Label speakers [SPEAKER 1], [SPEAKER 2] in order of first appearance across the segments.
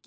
[SPEAKER 1] เก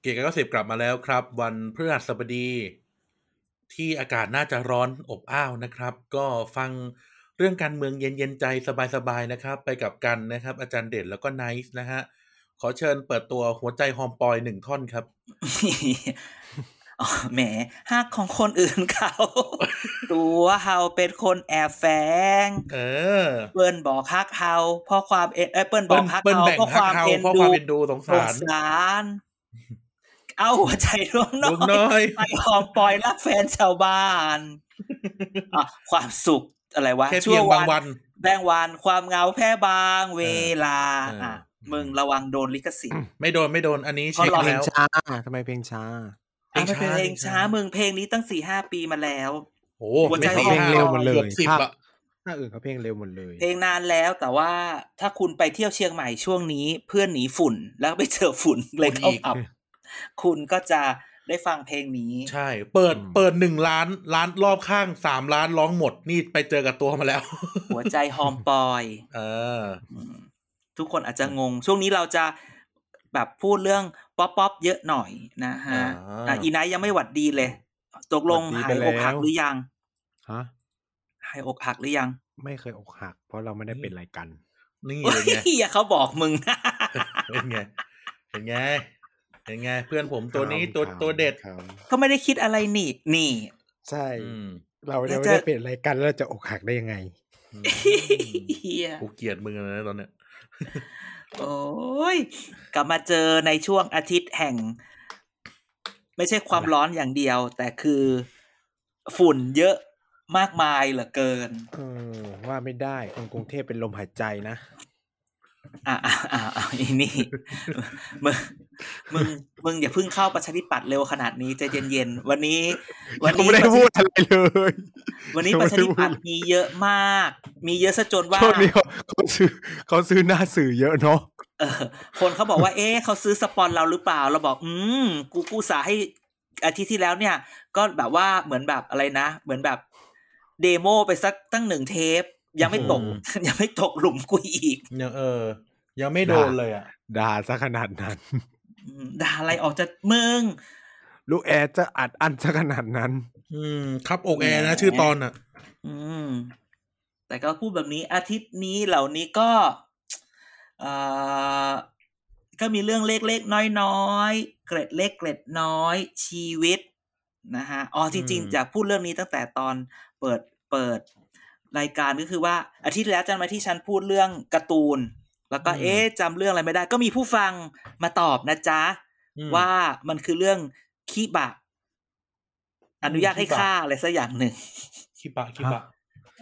[SPEAKER 2] เกียร์กายก็สิบกลับมาแล้วครับ วันพฤหัสบดี ที่อากาศน่าจะร้อนอบอ้าวนะครับ ก็ฟังเรื่องการเมืองเย็นๆใจสบายๆนะครับ ไปกับกันนะครับ อาจารย์เด่นแล้วก็ไนซ์นะฮะขอเชิญเปิดตัวหัวใจหอมปอยหนึ่งท่อนครับ
[SPEAKER 3] อ๋อแหมหักของคนอื่นเขา ตัวเฮาเป็นคนแอบแฝง
[SPEAKER 2] เออ
[SPEAKER 3] เปิ้นบอกฮักเฮาเพราะความเอ็นเอ้ยเปิ้นบอ
[SPEAKER 2] เปิ้
[SPEAKER 3] ก
[SPEAKER 2] ล
[SPEAKER 3] ฮัก
[SPEAKER 2] เปิ้ล
[SPEAKER 3] เฮา
[SPEAKER 2] แบ่ง
[SPEAKER 3] เพราะ
[SPEAKER 2] ฮัก
[SPEAKER 3] ความ
[SPEAKER 2] เขา
[SPEAKER 3] เอ็น
[SPEAKER 2] เพราะค
[SPEAKER 3] ดู
[SPEAKER 2] วามเป็นดูสง
[SPEAKER 3] ส
[SPEAKER 2] สาง ร
[SPEAKER 3] สารเอาหัวใจร่วงน้
[SPEAKER 2] ลุงน้
[SPEAKER 3] อ
[SPEAKER 2] อย ย
[SPEAKER 3] ไปหอมปล่อยรักแฟนชาว บ้านอ่ะความสุขอะไรวะ
[SPEAKER 2] แค่เพียงบางวัน
[SPEAKER 3] แบงวันความเหงาแพ้บางเวลา
[SPEAKER 2] เอออ่
[SPEAKER 3] ่ะมึงระวังโดนลิขสิทธิ์
[SPEAKER 2] ไม่โดนไม่โดนอันนี้เช็ค
[SPEAKER 3] เพราะเรา
[SPEAKER 4] เพลง
[SPEAKER 2] แล้ว
[SPEAKER 4] ช้าทำไมเพลงช้า
[SPEAKER 3] อ่ะมันเป็นเพ
[SPEAKER 2] เพ
[SPEAKER 3] ล
[SPEAKER 2] ล
[SPEAKER 3] ง
[SPEAKER 2] ง
[SPEAKER 3] ช้า
[SPEAKER 2] ช้า
[SPEAKER 3] มึงเพลงนี้ตั้งสี่ห้าปีมาแล้ว
[SPEAKER 2] โอ้
[SPEAKER 3] หัวใจ
[SPEAKER 2] ไม่
[SPEAKER 3] หอม
[SPEAKER 2] สี่
[SPEAKER 4] เร็วหมดเลย
[SPEAKER 2] กือบสิบอะ
[SPEAKER 4] ถ้าอื่นเขาเพลงเร็วหมดเลย
[SPEAKER 3] เพลงนานแล้วแต่ว่าถ้าคุณไปเที่ยวเชียงใหม่ช่วงนี้เพื่อนหนีฝุ่น แล้วไปเจอฝุ่นเลยเข้าอับ คุณก็จะได้ฟังเพลงนี้
[SPEAKER 2] ใช่ เปิดเปิดหนึ่งล้านล้านรอบข้างสามล้านร้องหมดนี่ไปเจอกับตัวมาแล้ว
[SPEAKER 3] หัวใจหอมปอย
[SPEAKER 2] เออ
[SPEAKER 3] ทุกคนอาจจะงง ช่วงนี้เราจะแบบพูดเรื่องป๊อปป๊อปเยอะหน่อยนะฮะ
[SPEAKER 2] อ่า
[SPEAKER 3] อ่ะอีไนท์ยังไม่หวัดดีเลย ตกลงหายอกหักหรือยัง
[SPEAKER 4] ฮะ
[SPEAKER 3] หายอกหักหรือยัง
[SPEAKER 4] ไม่เคยอกหัก เพราะเราไม่ได้เป็นรายกัน
[SPEAKER 2] นี่
[SPEAKER 3] เฮ้
[SPEAKER 2] เป็นไง
[SPEAKER 3] ยเขาบอกมึง
[SPEAKER 2] เป็นไงเป็นไงเป็นไง เพื่อนผมตัวนี้
[SPEAKER 4] ครับ
[SPEAKER 2] ตัว
[SPEAKER 4] ครับ
[SPEAKER 2] ตัวเด็ด
[SPEAKER 4] ครับ
[SPEAKER 3] ก็ไม่ได้คิดอะไรนี่นี่
[SPEAKER 4] ใช่
[SPEAKER 2] อืม
[SPEAKER 4] เรา
[SPEAKER 3] แล้ว
[SPEAKER 4] ไม่
[SPEAKER 3] จะ
[SPEAKER 4] ได้เป็นรายกันแล้วเราจะอกหักได้ยังไง
[SPEAKER 2] อืม
[SPEAKER 3] เฮีย
[SPEAKER 2] กูเกลียดมึงนะตอนเนี้ย
[SPEAKER 3] โอ้ยกลับมาเจอในช่วงอาทิตย์แห่ง ไม่ใช่ความร้อนอย่างเดียว แต่คือฝุ่นเยอะมากมายเหลือเกิน
[SPEAKER 4] เออว่าไม่ได้คนกรุงเทพเป็นลมหายใจนะ
[SPEAKER 3] อ่าอ่าอ่าอ่าอีนี่ มึงมึงมึงอย่าเพิ่งเข้าประชาธิปัตย์เร็วขนาดนี้ใจเย็นๆวันนี้ วัน
[SPEAKER 4] เขา
[SPEAKER 3] นี้
[SPEAKER 4] ไม่ได้พูดอะไรเลย
[SPEAKER 3] วันนี้ประชาธิปัตย์มีเยอะมาก มีเยอะซะจนว่า
[SPEAKER 4] ช่วงนี้เขาเขาซื้อเขาซื้อหน้าสื่อเยอะเนาะ
[SPEAKER 3] เออคนเขาบอกว่า เอ๊ะเขาซื้อสปอนเราหรือเปล่า เราบอก อืม กูกูสาให้อาทิตย์ที่แล้วเนี่ย ก็แบบว่าเหมือนแบบอะไรนะ เหมือนแบบเดโมไปสักตั้งหนึ่งเทป ยังไม่ตก ยังไม่ตกหลุมกูอีก
[SPEAKER 2] ยังเออ ยังไม่โดนเลยอ่ะ
[SPEAKER 4] ด่าซะขนาดนั้น
[SPEAKER 3] อืมด่าอะไรออกจะมึง
[SPEAKER 4] ลูกแอร์จะอัดอั้นซะขนาดนั้น
[SPEAKER 2] อืม ครับอกแอร์นะ ชื่อตอนอ่ะ
[SPEAKER 3] อืม แต่ก็พูดแบบนี้อาทิตย์นี้เหล่านี้ก็เอ่อก็มีเรื่องเล็กๆน้อยๆเกร็ดเล็กเกร็ดน้อยชีวิตนะฮะอ๋อจริง
[SPEAKER 2] อืม
[SPEAKER 3] ๆจะพูดเรื่องนี้ตั้งแต่ตอนเปิดเปิด รายการก็คือว่า อาทิตย์ที่แล้วจันมาที่ฉันพูดเรื่องการ์ตูน แล้วก็เอ๊ะจำเรื่องอะไรไม่ได้ ก็มีผู้ฟังมาตอบนะจ๊ะ
[SPEAKER 2] อืม
[SPEAKER 3] ว่ามันคือเรื่องคีบะ อนุญาตให้
[SPEAKER 2] คิบะ
[SPEAKER 3] ฆ่าอะไรสักอย่างหนึ่ง
[SPEAKER 2] คิบะคิบะ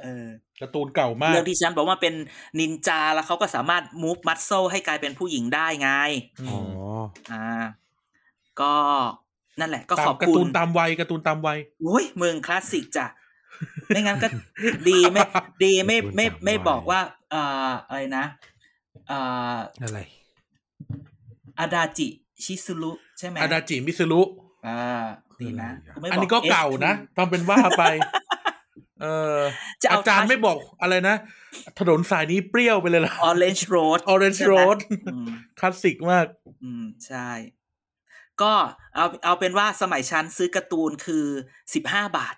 [SPEAKER 3] เออ
[SPEAKER 2] การ์ตูนเก่ามาก
[SPEAKER 3] เรื่องที่ฉันบอกว่าเป็นนินจาแล้วเขาก็สามารถ move muscle ให้กลายเป็นผู้หญิงได้ไง
[SPEAKER 2] อืม
[SPEAKER 4] อ๋อ
[SPEAKER 3] อ่า ก็นั่นแหละ ก็
[SPEAKER 2] ตาม
[SPEAKER 3] ขอบ
[SPEAKER 2] การ์
[SPEAKER 3] คุ
[SPEAKER 2] ตู
[SPEAKER 3] ณ
[SPEAKER 2] นตามวัยการ์ตูนตามวัย
[SPEAKER 3] โอ้ยเมืองคลาสสิกจ้ะ ไม่งั้น ก็ ดีไม่ดีไม่
[SPEAKER 4] การ์ตูน
[SPEAKER 3] ไม่
[SPEAKER 4] ตามวัย
[SPEAKER 3] ไม่บอกว่าเอ่ออะไรนะเอ่อ
[SPEAKER 4] อะไร
[SPEAKER 3] อาดาจิ ชิซุรุใช่ไหม
[SPEAKER 2] อาดาจิมิซึรุ
[SPEAKER 3] อ่าดีนะ
[SPEAKER 4] คืออะไร
[SPEAKER 3] กูไม่บ
[SPEAKER 4] อ่ะ
[SPEAKER 2] อันนี้ก็เก่านะทำเป็นว่าไป เออ
[SPEAKER 3] จะเอา
[SPEAKER 2] อาจารย์ไม่บอกอะไรนะ ถนนสายนี้เปรี้ยวไปเลยล่ะ
[SPEAKER 3] ออเรนจ์โรด
[SPEAKER 2] Orange Road คลาสสิกมาก
[SPEAKER 3] อืมใช่ ก็เอาเอาเป็นว่าสมัยชั้นซื้อการ์ตูนคือสิบห้าบาท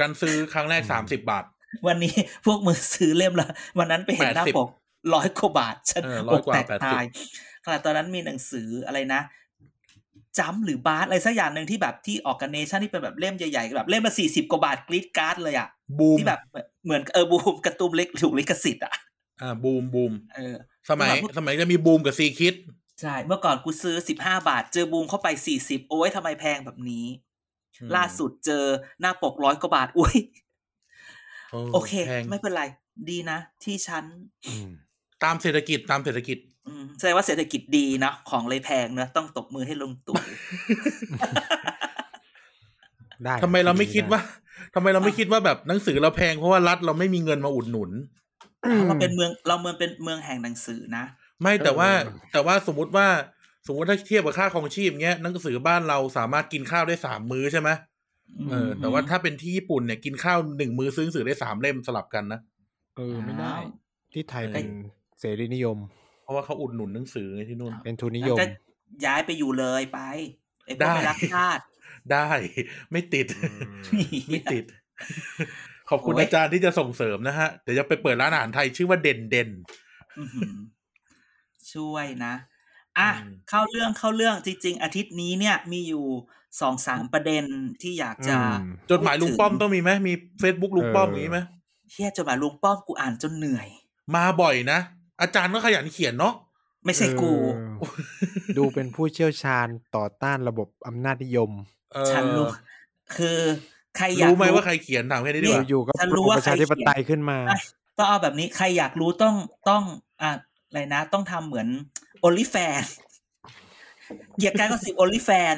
[SPEAKER 2] การซื้อครั้งแรก
[SPEAKER 4] อืม
[SPEAKER 2] สามสิบบาท
[SPEAKER 3] วันนี้ พวกมือซื้อเล่มละวันนั้นไปเห็นหน้า
[SPEAKER 2] 80
[SPEAKER 3] ปกร้อยกว่าบาท ฉัน
[SPEAKER 2] เออร้
[SPEAKER 3] อ
[SPEAKER 2] อย
[SPEAKER 3] ก
[SPEAKER 2] กว่า
[SPEAKER 3] แตก
[SPEAKER 2] แปดสิบ
[SPEAKER 3] ตายขณะตอนนั้นมีหนังสืออะไรนะจัมหรือบาร์อะไรสักอย่างหนึ่งที่แบบที่ออกกันเนชั่นที่เป็นแบบเล่มใหญ่ๆแบบเล่มละสี่สิบกว่าบาทกรีดการ์ดเลยอ่ะ
[SPEAKER 2] บูม
[SPEAKER 3] ที่แบบเหมือนเออบูมการ์ตูนเล็กถูกลิขสิทธิ์อ่ะ
[SPEAKER 2] อ่าบูมบูม
[SPEAKER 3] เออ
[SPEAKER 2] สมัย
[SPEAKER 3] สมัยพวก
[SPEAKER 2] สมัยจะมีบูมกับซีคิด
[SPEAKER 3] ใช่เมื่อก่อนกูซื้อสิบห้าบาท เจอบูมเข้าไปสี่สิบโอ้ยทำไมแพงแบบนี้
[SPEAKER 2] อืม
[SPEAKER 3] ล่าสุดเจอหน้าปกร้อยกว่าบาทอุ้ยโอเค
[SPEAKER 2] แพง
[SPEAKER 3] ไม่เป็นไร ดีนะ ที่ฉัน
[SPEAKER 4] อืม
[SPEAKER 2] ตามเศรษฐกิจตามเศรษฐกิจ
[SPEAKER 3] อืมแสดงว่าเศรษฐกิจดีเนอะของเลยแพงเนอะต้องตบมือให้ลงตู่
[SPEAKER 4] ได้
[SPEAKER 2] ทำไมเราไม่คิดว่าทำไมเราไม่คิดว่าแบบหนังสือเราแพงเพราะว่ารัฐเราไม่มีเงินมาอุดหนุน
[SPEAKER 4] อืม
[SPEAKER 3] เราเป็นเมืองเราเมืองเป็นเมืองแห่งหนังสือนะ
[SPEAKER 2] ไม่แต่ว่า
[SPEAKER 4] เออ
[SPEAKER 2] แต่ว่าสมมติว่าสมมติถ้าเทียบกับค่าของชีพเงี้ยหนังสือบ้านเราสามารถกินข้าวได้สามมื้อใช่ไหมเออแต่ว่าถ้าเป็นที่ญี่ปุ่นเนี่ยกินข้าวหนึ่งมื้อซื้อหนังสือได้สามเล่มสลับกันนะ
[SPEAKER 4] เออไม่ได้
[SPEAKER 3] อ้าว
[SPEAKER 4] ที่ไทยเป็นเสรีนิยม
[SPEAKER 2] เพราะว่าเขาอุดหนุนหนังสือไงที่นู่น
[SPEAKER 4] เป็นทุนนิย
[SPEAKER 3] งั้น
[SPEAKER 4] ม
[SPEAKER 3] ก็ย้ายไปอยู่เลยไปไอ้พวกไม่รักชาติ
[SPEAKER 2] ได้ ไม่ติด ไม่ติด ขอบคุณ
[SPEAKER 3] โอ้ย
[SPEAKER 2] อาจารย์ที่จะส่งเสริมนะฮะ เดี๋ยวจะไปเปิดร้านอาหารไทยชื่อว่าเด่นเด่น
[SPEAKER 3] อื้อหือช่วยนะ อ่ะ
[SPEAKER 2] อืม
[SPEAKER 3] เข้าเรื่องเข้าเรื่องจริง ๆ อาทิตย์นี้เนี่ยมีอยู่สองสามประเด็นที่อยากจะ
[SPEAKER 4] อืม
[SPEAKER 2] จดหมายลุงป้อมต้องมีไหมมี Facebook ลุงป้อม
[SPEAKER 4] เออ
[SPEAKER 2] มีไหม
[SPEAKER 3] เฮียจดหมายลุงป้อมกูอ่านจนเหนื่อย
[SPEAKER 2] มาบ่อยนะ อาจารย์ก็ขยันเขียนเนาะ
[SPEAKER 3] ไม่ใช่กู
[SPEAKER 4] เออดูเป็นผู้เชี่ยวชาญต่อต้านระบบอำนาจนิยม
[SPEAKER 2] เออ
[SPEAKER 3] ฉันรู้คือใครอยาก
[SPEAKER 2] รู้ไหมว่าใครเขียนถามแค่นี้ดีกว่า
[SPEAKER 4] อยู่ๆก็
[SPEAKER 3] ฉันรู้
[SPEAKER 4] ปลุก
[SPEAKER 3] ว่า
[SPEAKER 4] ประชาธิปไตยขึ้นมา
[SPEAKER 3] ใครเขียน ต้องเอาแบบนี้ใครอยากรู้ต้องต้องอ่ะอะไรนะ ต้องทำเหมือนโอลิแฟนเกียร์การก็สิบโอลิแฟน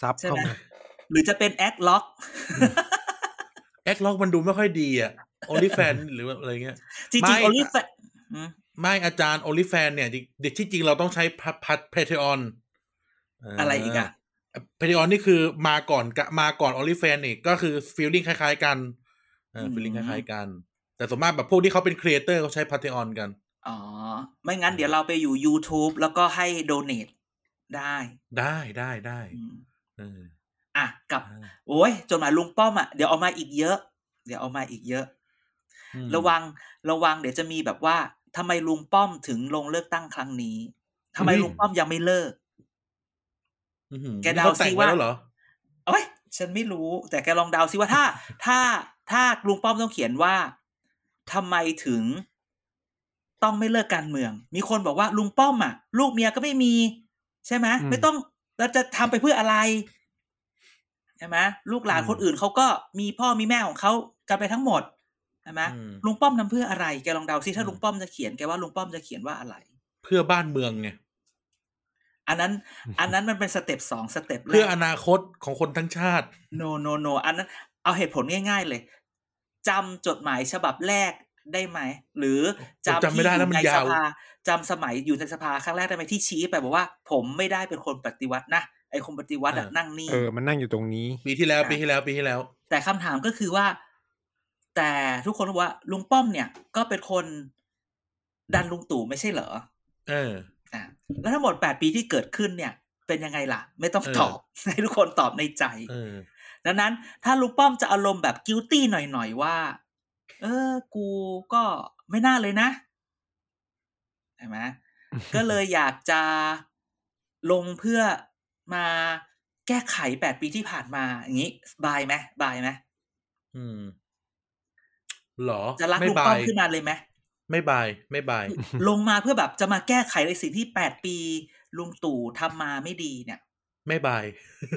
[SPEAKER 4] ซับ
[SPEAKER 3] ใช่
[SPEAKER 4] เข้า
[SPEAKER 3] ไหม
[SPEAKER 4] มา
[SPEAKER 3] หรือจะเป็นแอดล็อก
[SPEAKER 2] แอคล็อกมันดูไม่ค่อยดีอะโอลิแฟน หรืออะไรเงี้ย
[SPEAKER 3] จริง
[SPEAKER 2] ไม่
[SPEAKER 3] ๆโอลิแฟน
[SPEAKER 2] ไม่อาจารย์โอลิแฟนเนี่ยจริงเด็กที่จริงเราต้องใช้พัดพัดเพเทออน
[SPEAKER 3] อะไรอีกอะ
[SPEAKER 2] เพเทออนนี่คือมาก่อนกะมาก่อนโอลิแฟนนี่ก็คือฟีลลิ่งคล้าย ๆ กันเออฟีลลิ่งคล้ายๆกัน แต่ส่วนมากแบบพวกที่เขาเป็นครีเอเตอร์เขาใช้พัดเทออนกัน
[SPEAKER 3] อ๋อ ไม่งั้นเดี๋ยวเราไปอยู่ YouTube แล้วก็ให้โดเน a t ได้
[SPEAKER 2] ได้ได้ได้
[SPEAKER 3] อืม
[SPEAKER 2] เออ
[SPEAKER 3] อ่ะกลับ โอ้ยจดหมายลุงป้อมอ่ะ เดี๋ยวเอามาอีกเยอะ เดี๋ยวเอามาอีกเยอะ
[SPEAKER 2] อืม
[SPEAKER 3] ระวังระวังเดี๋ยวจะมีแบบว่าทำไมลุงป้อมถึงลงเลือกตั้งครั้งนี้ทำไมลุงป้อมยังไม่เลิก
[SPEAKER 2] อื้อหือ
[SPEAKER 3] แก
[SPEAKER 2] นี่
[SPEAKER 3] เดา
[SPEAKER 2] ขแต่
[SPEAKER 3] สิ
[SPEAKER 2] ง
[SPEAKER 3] ว่า
[SPEAKER 2] ไแล้วเหรอ
[SPEAKER 3] เอ้ยฉันไม่รู้ แต่แกลองเดาสิว่าถ้า ถ้าถ้าลุงป้อมต้องเขียนว่าทำไมถึง ต้องไม่เลิกการเมือง มีคนบอกว่าลุงป้อมอ่ะ ลูกเมียก็ไม่มี ใช่ไหม
[SPEAKER 4] อืม
[SPEAKER 3] ไม่ต้องเราจะทำไปเพื่ออะไร ใช่ไหมลูกหลานคนอื่นเขาก็มีพ่อมีแม่ของเขากันไปทั้งหมดใช่ไหม
[SPEAKER 2] อืม
[SPEAKER 3] ลุงป้อมทำเพื่ออะไรแกลองเดาสิถ้า
[SPEAKER 2] อืม
[SPEAKER 3] ลุงป้อมจะเขียนแกว่าลุงป้อมจะเขียนว่าอะไร
[SPEAKER 2] เพื่อบ้านเมืองไง
[SPEAKER 3] อันนั้น อันนั้นมันเป็นสเต็ปสองสเต็ปแรก
[SPEAKER 2] เพื่ออนาคตของคนทั้งชาติ
[SPEAKER 3] โนโนโนอันนั้นเอาเหตุผลง่าย ๆ เลยจำจดหมายฉบับแรกได้ไหม หรือจำ
[SPEAKER 2] จำไม่ได้แล้วมัน
[SPEAKER 3] ที่อยู่ใน
[SPEAKER 2] ยาว
[SPEAKER 3] สภาจำสมัยอยู่ในสภาครั้งแรกได้ไหมที่ชี้ไปบอกว่า ผมไม่ได้เป็นคนปฏิวัตินะไอ้คนปฏิวัติอะนั่งนี่ง
[SPEAKER 4] เออ มันนั่งอยู่ตรงนี้
[SPEAKER 2] ปีที่แล้ว
[SPEAKER 3] อ่ะ
[SPEAKER 2] ปีที่แล้วปีที่แล้ว
[SPEAKER 3] แต่คำถามก็คือว่า แต่ทุกคนก็บอกว่า ลุงป้อมเนี่ย ก็เป็นคนดันลุงตู่ไม่ใช่เหรอ
[SPEAKER 2] เออ
[SPEAKER 3] อ่ะแล้วทั้งหมดแปดปีที่เกิดขึ้นเนี่ย เป็นยังไงล่ะ ไม่ต้อง
[SPEAKER 2] เออ
[SPEAKER 3] ตอบ ให้ทุกคนตอบในใจ
[SPEAKER 2] เออ
[SPEAKER 3] ดังนั้นถ้าลุงป้อมจะอารมณ์แบบกิ i ตี้หน่อยๆ ว่า เออ กูก็ไม่น่าเลยนะใช่ไหม ก็เลยอยากจะลงเพื่อมาแก้ไขแปดปีที่ผ่านมา อย่างนี้บายไหมบายไหม
[SPEAKER 2] อืมเหรอ
[SPEAKER 3] จะรัก
[SPEAKER 2] ไม่
[SPEAKER 3] ลุงป้อบ
[SPEAKER 2] าม ย
[SPEAKER 3] ขึ้นมา เลยไหม
[SPEAKER 2] ไม่บายไม่บาย
[SPEAKER 3] ลงมาเพื่อแบบจะมาแก้ไขในสิ่งที่แปดปี ลุงตู่ทำมาไม่ดีเนี่ย
[SPEAKER 2] ไม่บาย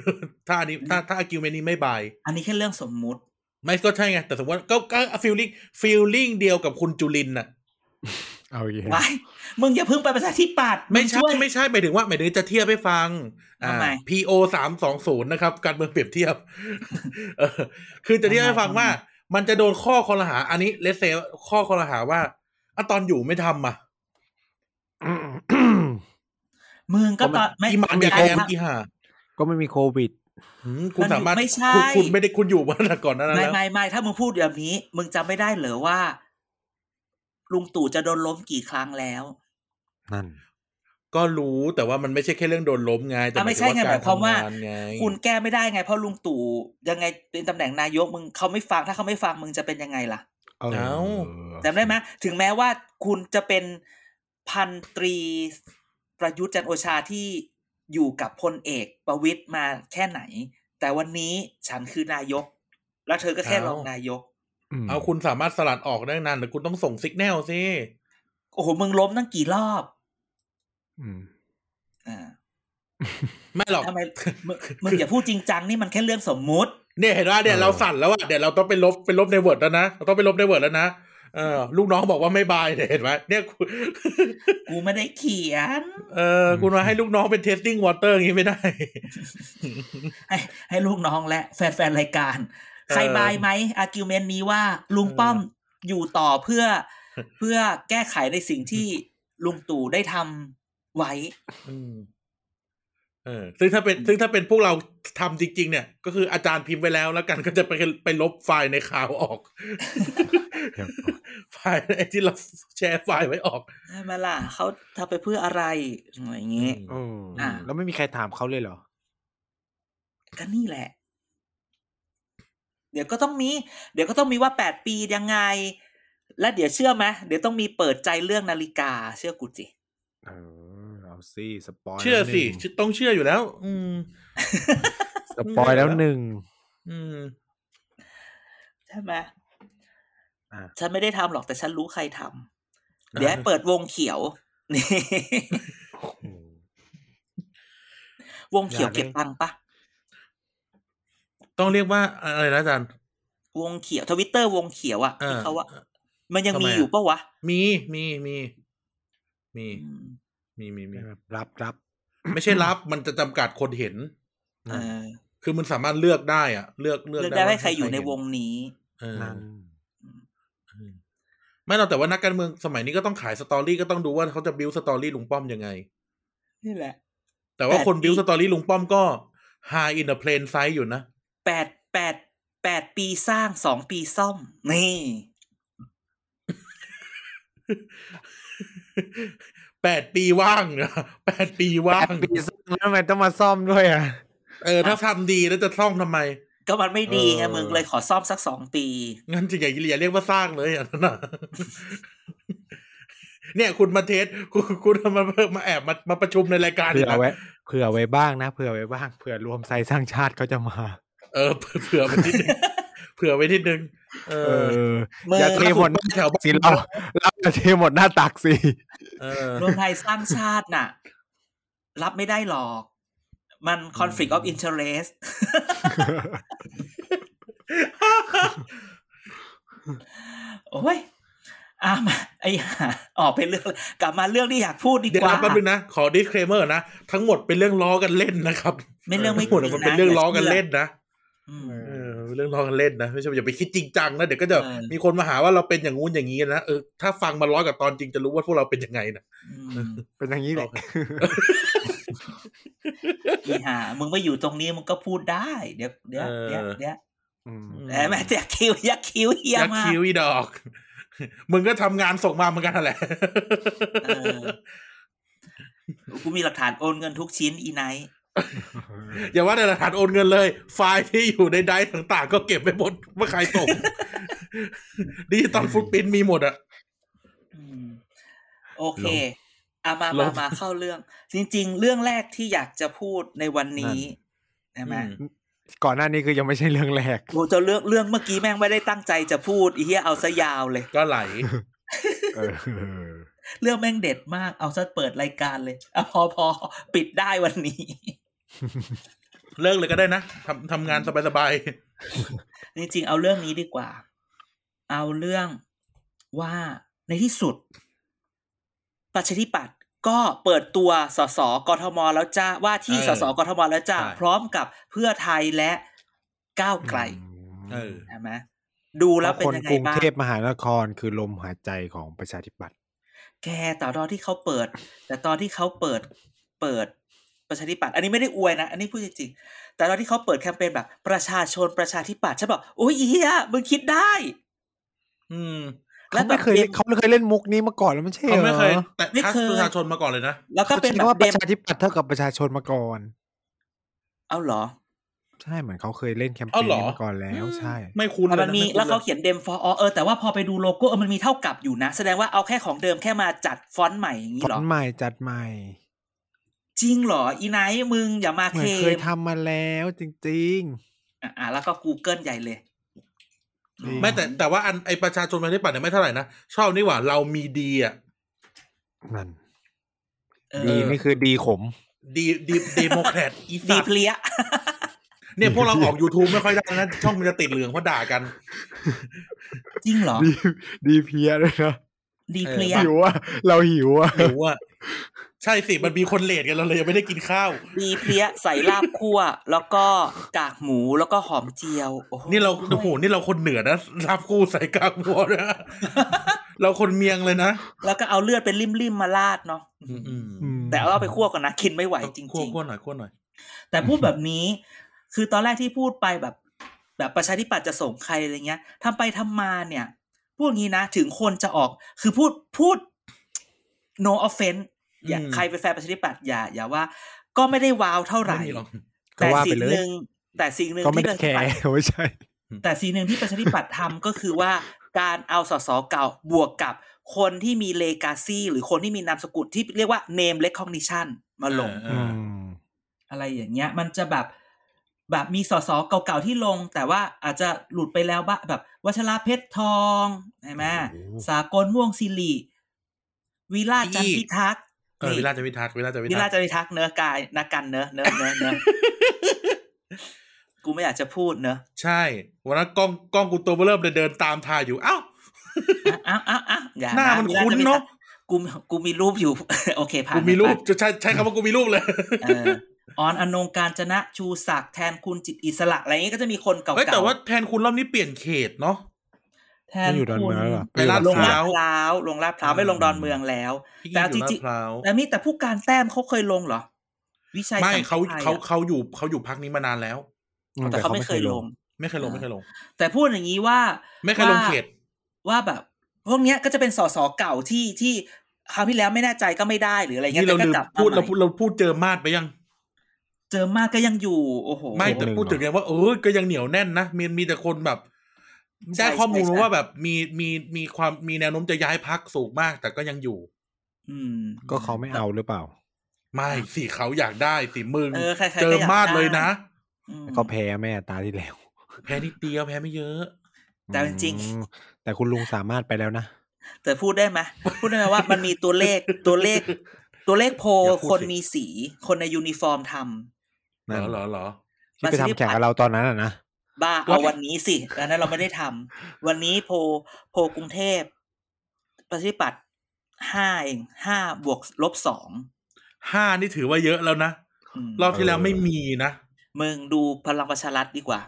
[SPEAKER 2] ถ้าอันนี้ถ้าถ้าอากิวเมนนี้ไม่บาย
[SPEAKER 3] อันนี้แค่เรื่องสมมุติ
[SPEAKER 2] ไม่ก็ใช่ไง แต่สมมติว่าก็ก็ฟีลลิ่งฟีลลิ่งเดียวกับคุณจุลินน่ะ
[SPEAKER 4] เอาอย่าง
[SPEAKER 3] ไว้ มึงอย่าเพึ่งไปประชาธิปัตย์
[SPEAKER 2] ไม่ใช่
[SPEAKER 3] งวย
[SPEAKER 2] ไม่ใช่หมายถึงว่าหมายถึงจะเทียบให้ฟัง อ่า
[SPEAKER 3] ทำไม
[SPEAKER 2] PO สามสองศูนย์นะครับ การเมืองเปรียบเทียบ เออ คือจะเทียบให้ฟังว่า มันจะโดนข้อคอรหา อันนี้เลสเซข้อคอรหาว่าอะตอนอยู่ไม่ทำอ่ะ
[SPEAKER 3] มึงก็ตอนไม่
[SPEAKER 2] อีหมันอ
[SPEAKER 3] ไม่
[SPEAKER 2] ยากแอ
[SPEAKER 3] ได้
[SPEAKER 2] ม
[SPEAKER 3] นะ
[SPEAKER 2] อีห่า
[SPEAKER 4] ก็ไม่มีโควิด
[SPEAKER 2] หืมคุณสามารถ
[SPEAKER 3] มันอยู่ไม่ใช่
[SPEAKER 2] คุณคุณไม่ได้คุณอยู่มาก่อนหนานั้น
[SPEAKER 3] ไม่
[SPEAKER 2] แล้ว
[SPEAKER 3] ไม่ไม่ถ้ามึงพูดแบบนี้ มึงจำไม่ได้เหรอว่า ลุงตู่จะโดนล้มกี่ครั้งแล้ว
[SPEAKER 4] นั่น
[SPEAKER 2] ก็รู้แต่ว่ามันไม่ใช่แค่เรื่องโดนล้มไงแต่
[SPEAKER 3] อ่ะไม่ใช่ไง
[SPEAKER 2] หมาม
[SPEAKER 3] หาย ย
[SPEAKER 2] ถึงว่ากร
[SPEAKER 3] ค
[SPEAKER 2] ทำง
[SPEAKER 3] วามว่า
[SPEAKER 2] นไง
[SPEAKER 3] คุณแก้ไม่ได้ไง เพราะลุงตู่ยังไงเป็นตำแหน่งนายกมึงเขาไม่ฟังถ้าเขาไม่ฟังมึงจะเป็นยังไงล่ะ
[SPEAKER 4] เออ
[SPEAKER 2] เอา
[SPEAKER 3] จำได้ไหมถึงแม้ว่าคุณจะเป็นพันตรีประยุทธ์จันทร์โอชาที่อยู่กับพลเอกประวิตยมาแค่ไหน แต่วันนี้ฉันคือนายก แล้วเธอก็แค่รองนายก
[SPEAKER 4] ม
[SPEAKER 2] เอาคุณสามารถสลัดออกได้นานหรือคุณต้องส่งสิกแนลสิ
[SPEAKER 3] โอ้โหมึงล้มตั้งกี่รอบ
[SPEAKER 4] อืม
[SPEAKER 3] อ่า
[SPEAKER 2] ไม่หรอก
[SPEAKER 3] ทำไมมึงมึงอย่าพูดจริงจังนี่มันแค่เรื่องสมมุติ
[SPEAKER 2] เนี่ยเห็นว่าเนี่ยเราสั่นแล้วอ่ะเดี๋ยวเราต้องไปลบไปลบในเวิร์ดแล้วนะเราต้องไปลบในเวิร์ดแล้วนะ เออ ลูกน้องบอกว่าไม่บายเนี่ยเห็นไหมเนี่ยคุณ
[SPEAKER 3] กูไม่ได้เขียน
[SPEAKER 2] เออคุณมาให้ลูกน้องเป็น testing water อย่างนี้ไม่ได้
[SPEAKER 3] ให้ให้ลูกน้องและแฟนๆ รายการ ใคร
[SPEAKER 2] เออ
[SPEAKER 3] บายไหมอาร์กิวเมนต์นี้ว่าลุงป้อมอยู่ต่อเพื่อเพื่อแก้ไขในสิ่งที่ ลุงตู่ได้ทำไว้
[SPEAKER 2] อืมเออ ซึ่งถ้าเป็น ซึ่งถ้าเป็นพวกเราทำจริง ๆ เนี่ย ก็คืออาจารย์พิมพ์ไปแล้ว แล้วกันก็จะไปไปลบไฟล์ในข่าวออก
[SPEAKER 4] ครับ
[SPEAKER 2] ไฟล์ไอ้ที่เราแชร์ไฟล์ไว้ออก
[SPEAKER 3] ใช่ไหมล่ะเขาทำไปเพื่ออะไรอะไรอย่างงี้
[SPEAKER 4] โอ้
[SPEAKER 3] อ่า
[SPEAKER 4] แล้วไม่มีใครถามเขาเลยเหรอ
[SPEAKER 3] ก็นี่แหละ เดี๋ยวก็ต้องมี เดี๋ยวก็ต้องมีว่าแปดปียังไง และเดี๋ยวเชื่อไหมเดี๋ยวต้องมีเปิดใจเรื่องนาฬิกา เชื่อกูสิ
[SPEAKER 4] เออเอาสิสปอย
[SPEAKER 2] เชื่อสิ
[SPEAKER 4] แล้วหนึ่ง
[SPEAKER 2] ต้องเชื่ออยู่แล้ว อืม
[SPEAKER 4] สปอยแล้วหนึ่ง
[SPEAKER 2] อืม
[SPEAKER 3] ใช่ไหม
[SPEAKER 4] อ่า
[SPEAKER 3] ฉันไม่ได้ทำหรอกแต่ฉันรู้ใครทำเดี๋ยวให้เปิดวงเขียว นี่ วงเขียว
[SPEAKER 2] อย่าเลย
[SPEAKER 3] เก็บตังค์ปะ
[SPEAKER 2] ต้องเรียกว่าอะไรนะอาจารย์
[SPEAKER 3] วงเขียวทวิตเตอร์วงเขียวอ่ะ
[SPEAKER 2] เออ
[SPEAKER 3] ที่เขาว่ามันยัง
[SPEAKER 2] ทำไม
[SPEAKER 3] มี
[SPEAKER 2] อะ
[SPEAKER 3] อยู่ปะวะ
[SPEAKER 2] มีมีมีมี
[SPEAKER 3] อืม
[SPEAKER 2] มีมีมี
[SPEAKER 4] รับรับ
[SPEAKER 2] ไม่ใช่รับ มันจะจำกัดคนเห็น
[SPEAKER 3] เออ
[SPEAKER 2] คือมันสามารถเลือกได้อะเลือกเลือก
[SPEAKER 3] เลือกได้ว่า
[SPEAKER 2] ว่า
[SPEAKER 3] ใครอยู่ใน
[SPEAKER 2] เห็
[SPEAKER 3] วงนี้
[SPEAKER 2] เออ
[SPEAKER 4] นั่น
[SPEAKER 2] ไม่หรอกแต่ว่านักการเมืองสมัยนี้ก็ต้องขายสตอรี่ก็ต้องดูว่าเขาจะบิวสตอรี่ลุงป้อมยังไง
[SPEAKER 3] นี่แหละ
[SPEAKER 2] แต่ว่าคน
[SPEAKER 3] แต่ที่
[SPEAKER 2] บิวสตอรี่ลุงป้อมก็ high in the plain sight อยู่นะ
[SPEAKER 3] แปดแปดแปดปีสร้างสองปีซ่อม นี่
[SPEAKER 2] แปดปีว่างนะ แปดปีว่าง
[SPEAKER 4] ปีซ่อมแล้วทำไมต้องมาซ่อมด้วยอ่ะ
[SPEAKER 2] เออ ถ้าทำดีแล้วจะซ่องทำไม
[SPEAKER 3] ก็มันไม่ดีไง
[SPEAKER 2] เออ
[SPEAKER 3] มึงเลยขอซ่อมสักสองปี
[SPEAKER 2] งั้นจะอย่าอย่าเรียกว่าสร้างเลย อันนั้นน่ะ เนี่ยคุณมาเทส คุณคุณมามาแอบมามาประชุมในรายการ
[SPEAKER 4] เผื่
[SPEAKER 2] อีก
[SPEAKER 4] อ
[SPEAKER 2] แล้ว
[SPEAKER 4] ไว้ เผื่อไว้บ้างนะ เผื่อไว้บ้าง เผื่อรวมไทยสร้างชาติเขาจะมา
[SPEAKER 2] เออ เผื่อเผื่อไว้นิดนึงเผื่อไว้นิดนึงเอ
[SPEAKER 4] เอ
[SPEAKER 2] อ
[SPEAKER 4] อ
[SPEAKER 3] เมื่ออย่
[SPEAKER 4] อาเทหมดหน้า
[SPEAKER 2] แถวบ้าน
[SPEAKER 4] สิเราเราอย่าเทหมดหน้าตักสิ
[SPEAKER 2] เออ
[SPEAKER 3] รวมไทยสร้างชาติน่ะ รับไม่ได้หรอก มัน conflict of interest โอ้ยอ่ะมาไอ้ห่าออกไปเรื่องกลับมาเรื่องที่อยากพูดดี
[SPEAKER 2] เดี๋ย
[SPEAKER 3] ก
[SPEAKER 2] ว
[SPEAKER 3] ว่า
[SPEAKER 2] นะแป๊บนึงนะ ขอ disclaimer นะ ทั้งหมดเป็นเรื่องล้อกันเล่นนะครับ
[SPEAKER 3] ไม่เรื่องไม่
[SPEAKER 2] ทั้งหมด
[SPEAKER 3] จริง
[SPEAKER 2] มัน
[SPEAKER 3] นะ
[SPEAKER 2] เป็นเรื่องล้อกันเล่นนะ
[SPEAKER 3] อืม
[SPEAKER 2] เออเป็นเรื่องล้อกันเล่นนะไม่ใช่อย่าไปคิดจริงจังนะเดี๋ยวก็จะ
[SPEAKER 3] เออ
[SPEAKER 2] มีคนมาหาว่าเราเป็นอย่างงู้นอย่างนี้นะเออถ้าฟังมาล้อกับตอนจริงจะรู้ว่าพวกเราเป็นยังไงนะ
[SPEAKER 3] อืม
[SPEAKER 4] เป็นอย่างนี้แหละ
[SPEAKER 3] อีห่ามึงไม่อยู่ตรงนี้มึงก็พูดได้ เดี๋ยวเดี๋ยวเดี๋ยวเดี๋ยวแหมแม่เดี๋ยวคิวยักษ์คิวเฮีย
[SPEAKER 2] ยักษ์
[SPEAKER 3] มาก
[SPEAKER 2] คิ้วอีดอก มึงก็ทำงานส่งมาเหมือนกันนั่นแหละ
[SPEAKER 3] เออ กูมีหลักฐานโอนเงินทุกชิ้นอีไนท์
[SPEAKER 2] อย่าว่าแต่หลักฐานโอนเงินเลย ไฟล์ที่อยู่ในไดรฟ์ต่างๆ ก็เก็บไปหมดว่าใครส่ง ดิจิตอลฟุตปรินมีหมดอะ
[SPEAKER 3] อืมโอเค
[SPEAKER 4] ลง
[SPEAKER 3] อามา
[SPEAKER 2] ล
[SPEAKER 3] มาง มาเข้าเรื่อง จริง ๆ เรื่องแรกที่อยากจะพูดในวันนี้ใช่ไหม
[SPEAKER 2] อืม
[SPEAKER 4] ก่อนหน้านี้คือยังไม่ใช่เรื่องแรก
[SPEAKER 3] กูจะเรื่องเรื่องเมื่อกี้แม่งไม่ได้ตั้งใจจะพูดอีเหี้ยเอาซะยาวเลย
[SPEAKER 2] ก็ไหล
[SPEAKER 4] เออ
[SPEAKER 3] เรื่องแม่งเด็ดมากเอาซะเปิดรายการเลยอ่ะพอพอปิดได้วันนี้
[SPEAKER 2] เลิกเลยก็ได้นะทำทำงานสบาย
[SPEAKER 3] จริงๆเอาเรื่องนี้ดีกว่า เอาเรื่องว่าในที่สุด ประชาธิปัตย์ก็เปิดตัวสสกทมแล้วจ้าว่าที่
[SPEAKER 2] เออ
[SPEAKER 3] สสกทมแล้วจ้า
[SPEAKER 2] ใช่
[SPEAKER 3] พร้อมกับเพื่อไทยและก้าวไกล
[SPEAKER 2] ๆ เออ
[SPEAKER 3] ใช่ไหมดูแล้วเป็น
[SPEAKER 4] คน
[SPEAKER 3] ยังไง
[SPEAKER 4] กรุง
[SPEAKER 3] บ้าง
[SPEAKER 4] เทพมหานครคือลมหายใจของประชาธิปัตย์
[SPEAKER 3] แกแต่ตอนที่เขาเปิด แต่ตอนที่เขาเปิดเปิดประชาธิปัตย์อันนี้ไม่ได้อวยนะ อันนี้พูดจริงๆแต่ตอนที่เขาเปิดแคมเปญแบบประชาชนประชาธิปัตย์ฉันบอกโอ้ยอีเหี้ยมึงคิดได้
[SPEAKER 2] อืม
[SPEAKER 4] เขาไม่เคยเล่นเขาไม่เคยเล่นมุกนี้มาก่อนแล้วไม่ใช่เหร
[SPEAKER 2] เขา
[SPEAKER 4] อ
[SPEAKER 2] ไม่เคย แต่
[SPEAKER 3] ไม่
[SPEAKER 2] ทัก
[SPEAKER 3] เคย
[SPEAKER 2] ประชาชนมาก่อนเลยนะ
[SPEAKER 3] แล้วก็
[SPEAKER 4] เขา
[SPEAKER 3] เป็
[SPEAKER 4] เป็น น
[SPEAKER 3] แบบ
[SPEAKER 4] ว่า
[SPEAKER 3] เด
[SPEAKER 4] ป
[SPEAKER 3] ม
[SPEAKER 4] ระชาธิปัตย์เท่ากับประชาชนมาก่อน
[SPEAKER 3] เอาเหรอ
[SPEAKER 4] ใช่เหมือนเขาเคยเล่นแคมเป
[SPEAKER 2] เอา
[SPEAKER 4] ญ
[SPEAKER 2] เหรอ
[SPEAKER 4] นี้มาก่อนแล้วใช่
[SPEAKER 2] ไม่คุ้นเลย
[SPEAKER 3] มัน
[SPEAKER 2] นะ
[SPEAKER 3] มี
[SPEAKER 2] ไคุ้น
[SPEAKER 3] แล้วเขา
[SPEAKER 2] ย
[SPEAKER 3] เขียนเดมฟอร์อเออแต่ว่าพอไปดูโลโก้เออมันมีเท่ากับอยู่นะ แสดงว่าเอาแค่ของเดิมแค่มาจัดฟอนต์ใหม่อย่างนี้
[SPEAKER 4] ฟอ
[SPEAKER 3] เหรอ
[SPEAKER 4] นต์ใหม่จัดใหม่
[SPEAKER 3] จริงเหรอ อีไนท์มึงอย่ามา
[SPEAKER 4] เหมื
[SPEAKER 3] เค
[SPEAKER 4] อนเคย
[SPEAKER 3] ม
[SPEAKER 4] ทำมาแล้วจริง
[SPEAKER 3] อ่ะอ่ะแล้วก็ Google ใหญ่เลย
[SPEAKER 4] จริง
[SPEAKER 2] ไม่แต่แต่ว่าอันไอประชาชนประชาธิปัตย์เนี่ยไม่เท่าไหร่นะชอบนี่หว่าเรามีดีอ่ะ
[SPEAKER 4] ๆ นั่น
[SPEAKER 3] เอ
[SPEAKER 4] ดี
[SPEAKER 3] อ
[SPEAKER 4] นี่คือดีขม
[SPEAKER 2] ดีดีเดโมแครตอี
[SPEAKER 3] ดี
[SPEAKER 2] สัต
[SPEAKER 3] เพ
[SPEAKER 2] ว์
[SPEAKER 3] ลีย
[SPEAKER 2] เนี่ยพวกเราออก YouTube ไม่ค่อยได้นะ ช่องมันจะติดเหลืองเพราะด่ากัน
[SPEAKER 3] จริงเหรอ
[SPEAKER 4] ดีดีเพลียด้วยนะ
[SPEAKER 3] ดีเพลีย
[SPEAKER 4] หิวอะเราหิวอะ
[SPEAKER 2] หิวอ่ะใช่สิมันมีคนเลทกันเราเลยยังไม่ได้กินข้าว
[SPEAKER 3] ดีเพลียใส่ลาบคั่ว แล้วก็กากหมูแล้วก็หอมเจียวโอ้โห
[SPEAKER 2] นี่เราโอ้โหนี่เราคนเหนือนะรับคู่ใส่กลางหัวนะ เราคนเมียงเลยนะ
[SPEAKER 3] แล้วก็เอาเลือดเป็นริมๆมาราดเนาะ
[SPEAKER 2] อืม
[SPEAKER 4] อืม
[SPEAKER 3] แต่เอาไปคั่วก่อนนะกินไม่ไหวจริง ๆ
[SPEAKER 2] คั่วคั่วหน่อยคั่วหน่อย
[SPEAKER 3] แต่พูดแบบนี้ คือตอนแรกที่พูดไปแบบ แบบประชาธิปัตย์จะส่งใครอะไรเงี้ยทำไปทำมาเนี่ย พูดงี้นะ ถึงคนจะออก คือพูดพูด no offense อย่า
[SPEAKER 2] อืม
[SPEAKER 3] ใครเป็นแฟนประชาธิปัตย์อย่า อย่าว่า ก็ไม่ได้ว้าวเท่าไหร่
[SPEAKER 2] ม่มีรอก
[SPEAKER 3] แต่สิ่งหนึ่งแต่สิ่งหนึ่ง
[SPEAKER 4] ก็ไม่
[SPEAKER 3] ที่
[SPEAKER 4] ได้
[SPEAKER 3] ประ
[SPEAKER 4] แค
[SPEAKER 3] ชาธิปั
[SPEAKER 4] ร์
[SPEAKER 3] ตย์
[SPEAKER 4] ไม่ใช่
[SPEAKER 3] แต่สิ่งหนึ่งที่ประชาธิปัตย์ทำก็คือว่าการเอาสสเก่าบวกกับคนที่มีเลกาซีหรือคนที่มีนามสกุลที่เรียกว่า name recognition มาลง
[SPEAKER 2] เอ
[SPEAKER 4] อื
[SPEAKER 2] อ
[SPEAKER 4] ม
[SPEAKER 3] อะไรอย่างเงี้ย มันจะแบบแบบมีสสเก่าๆที่ลง แต่ว่าอาจจะหลุดไปแล้วบ้างแบบ วัชราเพชรทองใช่ไหม
[SPEAKER 2] โอ้โห
[SPEAKER 3] สากลม่วงสิริวิลาจันทร์พิทักษ์
[SPEAKER 2] เออวิลาจะวิทักษ์วิลาจะวิ
[SPEAKER 3] วิลา
[SPEAKER 2] ทักษ์
[SPEAKER 3] จันทร์พิทักษ์เนื้อกายนากันเนื้อะเนื้อะเนื้อะเนื้อะกูไม่อยากจะพูดเนื้อะ
[SPEAKER 2] ใช่วันนั้นกล้องกล้องกูตัวเบลอเริ่มเลยเดินตามทายอยู่เอ้าว
[SPEAKER 3] อ้าวอ้าวอ้าวอย่าะ
[SPEAKER 2] หน้ามัน
[SPEAKER 3] วิล
[SPEAKER 2] คุ้น
[SPEAKER 3] จัทร์พิทั
[SPEAKER 2] เนาะ
[SPEAKER 3] กษ์กูกูมีรูปอยู่ โอเคผ่าน
[SPEAKER 2] กูมีรูป
[SPEAKER 3] ผ่าน
[SPEAKER 2] จะใช้ใช้คำว่ากูมีรูปเลย
[SPEAKER 3] เออออนอนงการจนะชูศักดิ์แทนคุณจิตอิสระอะไรอย่างงี้ก็จะมีคนเก่าๆ
[SPEAKER 2] เฮ้ยแต่ว่าแทนคุณรอบนี้เปลี่ยนเขตเนาะ
[SPEAKER 3] แทน
[SPEAKER 4] ไม่อยู่ดอนเมืองแล้วเหรอ
[SPEAKER 2] ไปลาด
[SPEAKER 3] ลง
[SPEAKER 2] พ
[SPEAKER 3] ลา
[SPEAKER 2] ร้า
[SPEAKER 3] ด
[SPEAKER 2] ว
[SPEAKER 3] พร้าวลงลาดพร้าว
[SPEAKER 2] อืม
[SPEAKER 3] ไม่ลงดอนเมืองแล้ว
[SPEAKER 2] พี่
[SPEAKER 3] แต่
[SPEAKER 2] กี้อยู่ลา
[SPEAKER 3] จริ
[SPEAKER 2] ด
[SPEAKER 3] ง
[SPEAKER 2] พร้าว
[SPEAKER 3] ๆแต่มีแต่ผู้การแต้มเขาเคยลงเหรอ วิชัย
[SPEAKER 2] ไม่
[SPEAKER 3] สัง
[SPEAKER 2] เขา
[SPEAKER 3] ชัยอะ
[SPEAKER 2] เขาเขาอยู่เขาอยู่พักนี้มานานแล้ว
[SPEAKER 4] อื
[SPEAKER 3] แต่เขาไม่เคยลง
[SPEAKER 2] ไม่เคยลง
[SPEAKER 3] อ่า
[SPEAKER 2] ไม่เคยลง
[SPEAKER 3] แต่พูดอย่างนี้ว่า
[SPEAKER 2] ไม่เคยลง
[SPEAKER 3] ว่า
[SPEAKER 2] เขต
[SPEAKER 3] ว่าแบบ พวกเนี้ยก็จะเป็นสสเก่าที่ที่คราวที่แล้วไม่แน่ใจก็ไม่ได้หรืออะไรเงี้ย
[SPEAKER 2] นี่เรา
[SPEAKER 3] แต่
[SPEAKER 2] ลืม
[SPEAKER 3] ก็กลับ
[SPEAKER 2] พูดเรา
[SPEAKER 3] มาให
[SPEAKER 2] พูด
[SPEAKER 3] ม่
[SPEAKER 2] เราพูดเจอมาดไปยัง
[SPEAKER 3] เจอมากก็ยังอยู่ โอ้โห
[SPEAKER 2] ไม่แต่พูดถึงไงว่าเออก็ยังเหนียวแน่นนะมีมีแต่คนแบบ
[SPEAKER 3] ใช่
[SPEAKER 2] ได้ข้อมูล
[SPEAKER 3] ใช่ใช่
[SPEAKER 2] มาว่าแบบมีมีมีความมีแนวโน้มจะย้ายพักสูงมาก แต่ก็ยังอยู่
[SPEAKER 3] อืม
[SPEAKER 4] ก็เขาไม่เอาหรือเปล่า
[SPEAKER 2] ไม่สิเขาอยากได้สิมึง
[SPEAKER 3] เออใครๆก็อยากได้
[SPEAKER 2] เจอมาดเลยนะ
[SPEAKER 3] อืม
[SPEAKER 4] ก็แพ้แม่ตาที่แล้ว
[SPEAKER 2] แพ้นิดเดียวแพ้ไม่เยอะ
[SPEAKER 3] แต่จริง
[SPEAKER 4] อืมแต่คุณลุงสามารถไปแล้วนะ
[SPEAKER 3] แต่พูดได้ไหมพูดได้ไหมว่ามันมีตัวเลขตัวเลข ตัวเลขโพล
[SPEAKER 2] อย่าพูดสิ
[SPEAKER 3] คนมีสี คนในยูนิฟอร์มทำ
[SPEAKER 2] เหรอเหรอเหรอ
[SPEAKER 4] ที่ไปทำแข่งกับเราตอนนั้นอ่ะนะ
[SPEAKER 3] บ้า
[SPEAKER 2] ว่า
[SPEAKER 3] เอาวันนี้สิอันนั้นเราไม่ได้ทำวันนี้โพลโพลกรุงเทพประชาธิปัตย์ห้าเองห้าบวกลบสอง
[SPEAKER 2] ห้านี่ถือว่าเยอะแล้วนะ
[SPEAKER 3] อืม
[SPEAKER 2] รอบที่แล้ว
[SPEAKER 4] เออ
[SPEAKER 2] ไม่มีนะ
[SPEAKER 3] มึงดูพลังประชารัฐดีกว่า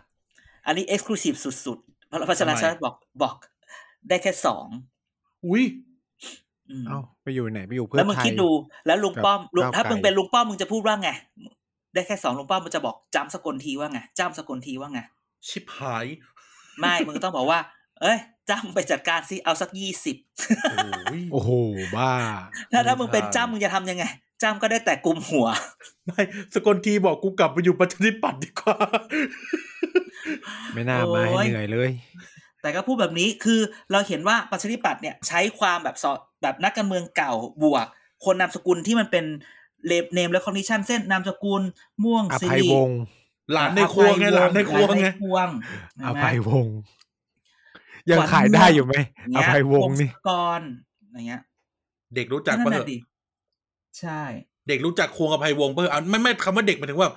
[SPEAKER 3] อันนี้เอ็กซ์คลูซีฟสุดๆ พลังประชารัฐ
[SPEAKER 2] ทำไม
[SPEAKER 3] บอกบอกได้แค่สอง
[SPEAKER 2] อุ้ย
[SPEAKER 3] อืม
[SPEAKER 4] เอ้าไปอยู่ไหนไปอยู่เพื่อ
[SPEAKER 3] แล้วมึง
[SPEAKER 4] ไทย
[SPEAKER 3] คิดดูแล้วลุงป้อมลุง
[SPEAKER 4] ก้าวไกล
[SPEAKER 3] ถ้ามึงเป็นลุงป้อมมึงจะพูดว่าไง ได้แค่สองลุงป้อมมึงจะบอกจำสกลทีว่าไงจำสกลทีว่าไง
[SPEAKER 2] ชิบหาย
[SPEAKER 3] ไม่ มึงก็ต้องบอกว่า เอ้ยจำไปจัดการซิเอาสักยี่สิบ
[SPEAKER 4] โอ้โหบ้า
[SPEAKER 3] ถ้าถ้า
[SPEAKER 2] ไม่
[SPEAKER 3] มึงเป็น
[SPEAKER 2] ได้
[SPEAKER 3] จ้ำมึงจะทำยังไงจ้ำก็ได้แต่กลุมหัว
[SPEAKER 2] ไม่สกลทีบอกกูกลับไปอยู่ประชาธิปัตย์ดีกว่า
[SPEAKER 4] ไม่น่ามาให้
[SPEAKER 3] โอ้ย
[SPEAKER 4] เหนื่อยเลย
[SPEAKER 3] แต่ก็พูดแบบนี้คือเราเห็นว่าประชาธิปัตย์เนี่ยใช้ความแบบสอแบบนักการเมืองเก่าบวก คนนามสกุลที่มันเป็นเลบเนมและคอนดิชันเส้นนามสกุลม่วง
[SPEAKER 4] อ
[SPEAKER 3] สิ
[SPEAKER 4] ภัย
[SPEAKER 3] ริ
[SPEAKER 4] วงศ์
[SPEAKER 2] หลานในครัวไงหลานในครัวไง
[SPEAKER 3] หลานในครัว
[SPEAKER 4] อ
[SPEAKER 3] ใช่ไหม
[SPEAKER 4] ภัยวงศ์ยัง
[SPEAKER 3] ขวัญ
[SPEAKER 4] ขายได้อยู่ไหมอ
[SPEAKER 3] เงี้
[SPEAKER 4] ภัยวงศ์นี่
[SPEAKER 3] พศกรอย่างเงี้ย
[SPEAKER 2] เด็กรู้จัก
[SPEAKER 3] นั่
[SPEAKER 2] ปะ
[SPEAKER 3] น
[SPEAKER 2] เถ
[SPEAKER 3] น่ะ
[SPEAKER 2] อะ
[SPEAKER 3] ดิใช่
[SPEAKER 2] เด็กรู้จักควงอภัยวงศ์ปะเถอะอ่ะไม่ไม่คำว่าเด็กหมายถึงว่า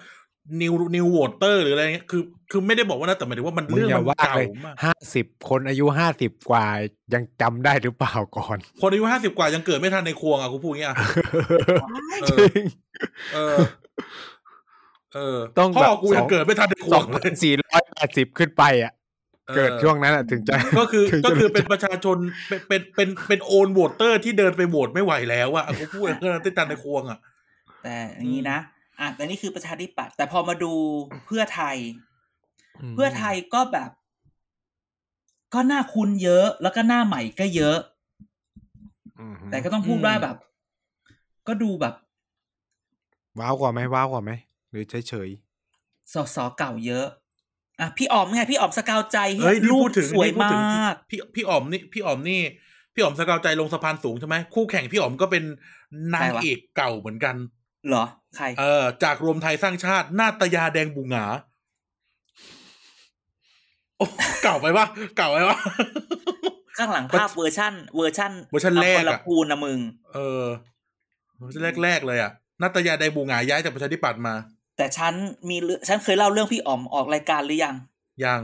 [SPEAKER 2] นิวนิวโวเตอร์หรืออะไรเงี้ยคือคือไม่ได้บอกว่านะแต่หมายถึงว่ามัน
[SPEAKER 4] มึง
[SPEAKER 2] เรื่อง
[SPEAKER 4] อย่า
[SPEAKER 2] มัน
[SPEAKER 4] ว่า
[SPEAKER 2] เก่า
[SPEAKER 4] เลย
[SPEAKER 2] มาก
[SPEAKER 4] ห้าสิบคนอายุห้าสิบกว่ายังจำได้หรือเปล่าก่อน
[SPEAKER 2] คนอายุห้าสิบกว่ายังเกิดไม่ทันในควงอ่ะกูพูดอย่างเงี้ยอ่ะ เอ
[SPEAKER 4] จ
[SPEAKER 2] อ
[SPEAKER 4] ริง
[SPEAKER 2] เออ เออ
[SPEAKER 4] ต้อง
[SPEAKER 2] พ่
[SPEAKER 4] แบ
[SPEAKER 2] อบ กูยัง
[SPEAKER 4] สอง
[SPEAKER 2] เกิดไม่ทันในค
[SPEAKER 4] ส
[SPEAKER 2] ว
[SPEAKER 4] อง ง
[SPEAKER 2] เล
[SPEAKER 4] พั
[SPEAKER 2] ย
[SPEAKER 4] นสี่ร้อยแปดสิบขึ้นไปอ่ะ เกิดช่วงนั้นอะถึงจะ
[SPEAKER 2] ก็คือ
[SPEAKER 4] ถึงจะ
[SPEAKER 2] ก็คือเป็นประชาชนเป็นเป็นเป็นเป็นโอนโวเตอร์ที่เดินไปโหวตไม่ไหวแล้วอ่ะอ่ะกูพูดอย่างเงี้ยนะที่ทันในควงอ่ะ
[SPEAKER 3] แต่อย่างนี้นะอ่ะแต่นี่คือประชาธิปัตย์แต่พอมาดูเพื่อไทย เพื่อไทยก็แบบ ก็หน้าคุ้นเยอะ แล้วก็หน้าใหม่ก็เยอะ
[SPEAKER 4] อืม
[SPEAKER 3] แต่ก็ต้องพูด
[SPEAKER 2] อืม
[SPEAKER 3] ว่าแบบ ก็ดูแบบ
[SPEAKER 4] ว้าวกว่าไหมว้าวกว่าไหมหรือเฉยเฉย
[SPEAKER 3] สอสอเก่าเยอะ อ่ะพี่ออมไงพี่ออมสกาวใจ
[SPEAKER 2] เฮ้ยนี่
[SPEAKER 3] รู
[SPEAKER 2] พู
[SPEAKER 3] ป
[SPEAKER 2] ดถึง
[SPEAKER 3] สวย
[SPEAKER 2] นี่พูด
[SPEAKER 3] มา
[SPEAKER 2] ถึง
[SPEAKER 3] ก
[SPEAKER 2] พี่พี่อ๋อมนี่พี่อ๋อมนี่ พี่อ๋อมสกาวใจลงสะพานสูงใช่ไหมคู่แข่งพี่อ๋อมก็เป็นนาง
[SPEAKER 3] ใครวะ
[SPEAKER 2] เอกเก่าเหมือนกัน
[SPEAKER 3] เหรอ ใคร
[SPEAKER 2] เออจากรวมไทยสร้างชาติหน้าตยาแดงบุงหงาโอ้เก่าไปปะเก่าไปปะ
[SPEAKER 3] ข้างหลังภาพเวอร์ชั่น เวอร์ชั่น
[SPEAKER 2] เวอร์ชั่นแรกอะ
[SPEAKER 3] ละพูนนะมึง
[SPEAKER 2] เออแรกแรกๆเลยอ่ะหน้าตยาแดงบุงหงาย้ายจากประชาธิปัตย์มา
[SPEAKER 3] แต่ฉันมีเรื่องฉันเคยเล่าเรื่องพี่อ๋อมออกรายการหรือยัง
[SPEAKER 2] ยัง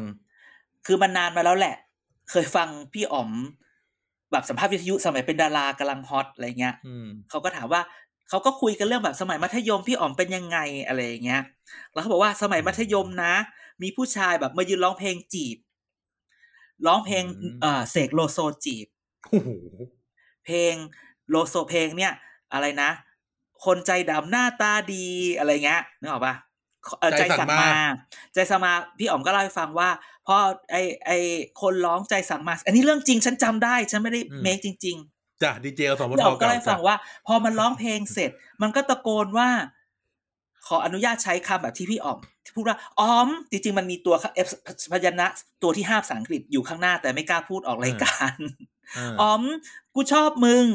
[SPEAKER 3] คือมันนานมาแล้วแหละ เคยฟังพี่อ๋อม แบบสัมภาษณ์วิทยุสมัยเป็นดารากำลังฮอตอะไรเงี้ย
[SPEAKER 2] อืม
[SPEAKER 3] เขาก็ถามว่าเขาก็คุยกันเรื่องแบบสมัยมัธยมพี่อ๋อมเป็นยังไงอะไรอย่างเงี้ย แล้วเขาบอกว่าสมัยมัธยมนะ มีผู้ชายแบบมายืนร้องเพลงจีบ ร้องเพลง
[SPEAKER 2] อืม
[SPEAKER 3] เอ่อเสกโลโซจีบ
[SPEAKER 2] โอ้โห
[SPEAKER 3] เพลงโลโซเพลงเนี่ย อะไรนะ คนใจดำหน้าตาดีอะไรเงี้ยนึกออกปะเอ่อใจสั่งมา ใจสั่งมาพี่อ๋อมก็เล่าให้ฟังว่าพอไอไอคนร้องใจสั่งมา อันนี้เรื่องจริงฉันจำได้ ฉันไม่ได้เมคจริง ๆ
[SPEAKER 2] จ้ะดีเจสองพัน
[SPEAKER 3] พี่
[SPEAKER 2] ท
[SPEAKER 3] อ๋อ
[SPEAKER 2] อ
[SPEAKER 3] มก็เลยฟังว่า พอมันร้องเพลงเสร็จ มันก็ตะโกนว่า ขออนุญาตใช้คำแบบที่พี่อ๋อมที่พูดว่าอ๋อม จริง ๆ มันมีตัวเอฟพยัญชนะตัวที่ห้าภาษาอังกฤษอยู่ข้างหน้าแต่ไม่กล้าพูดออกรายการ อ๋อม กูชอบมึง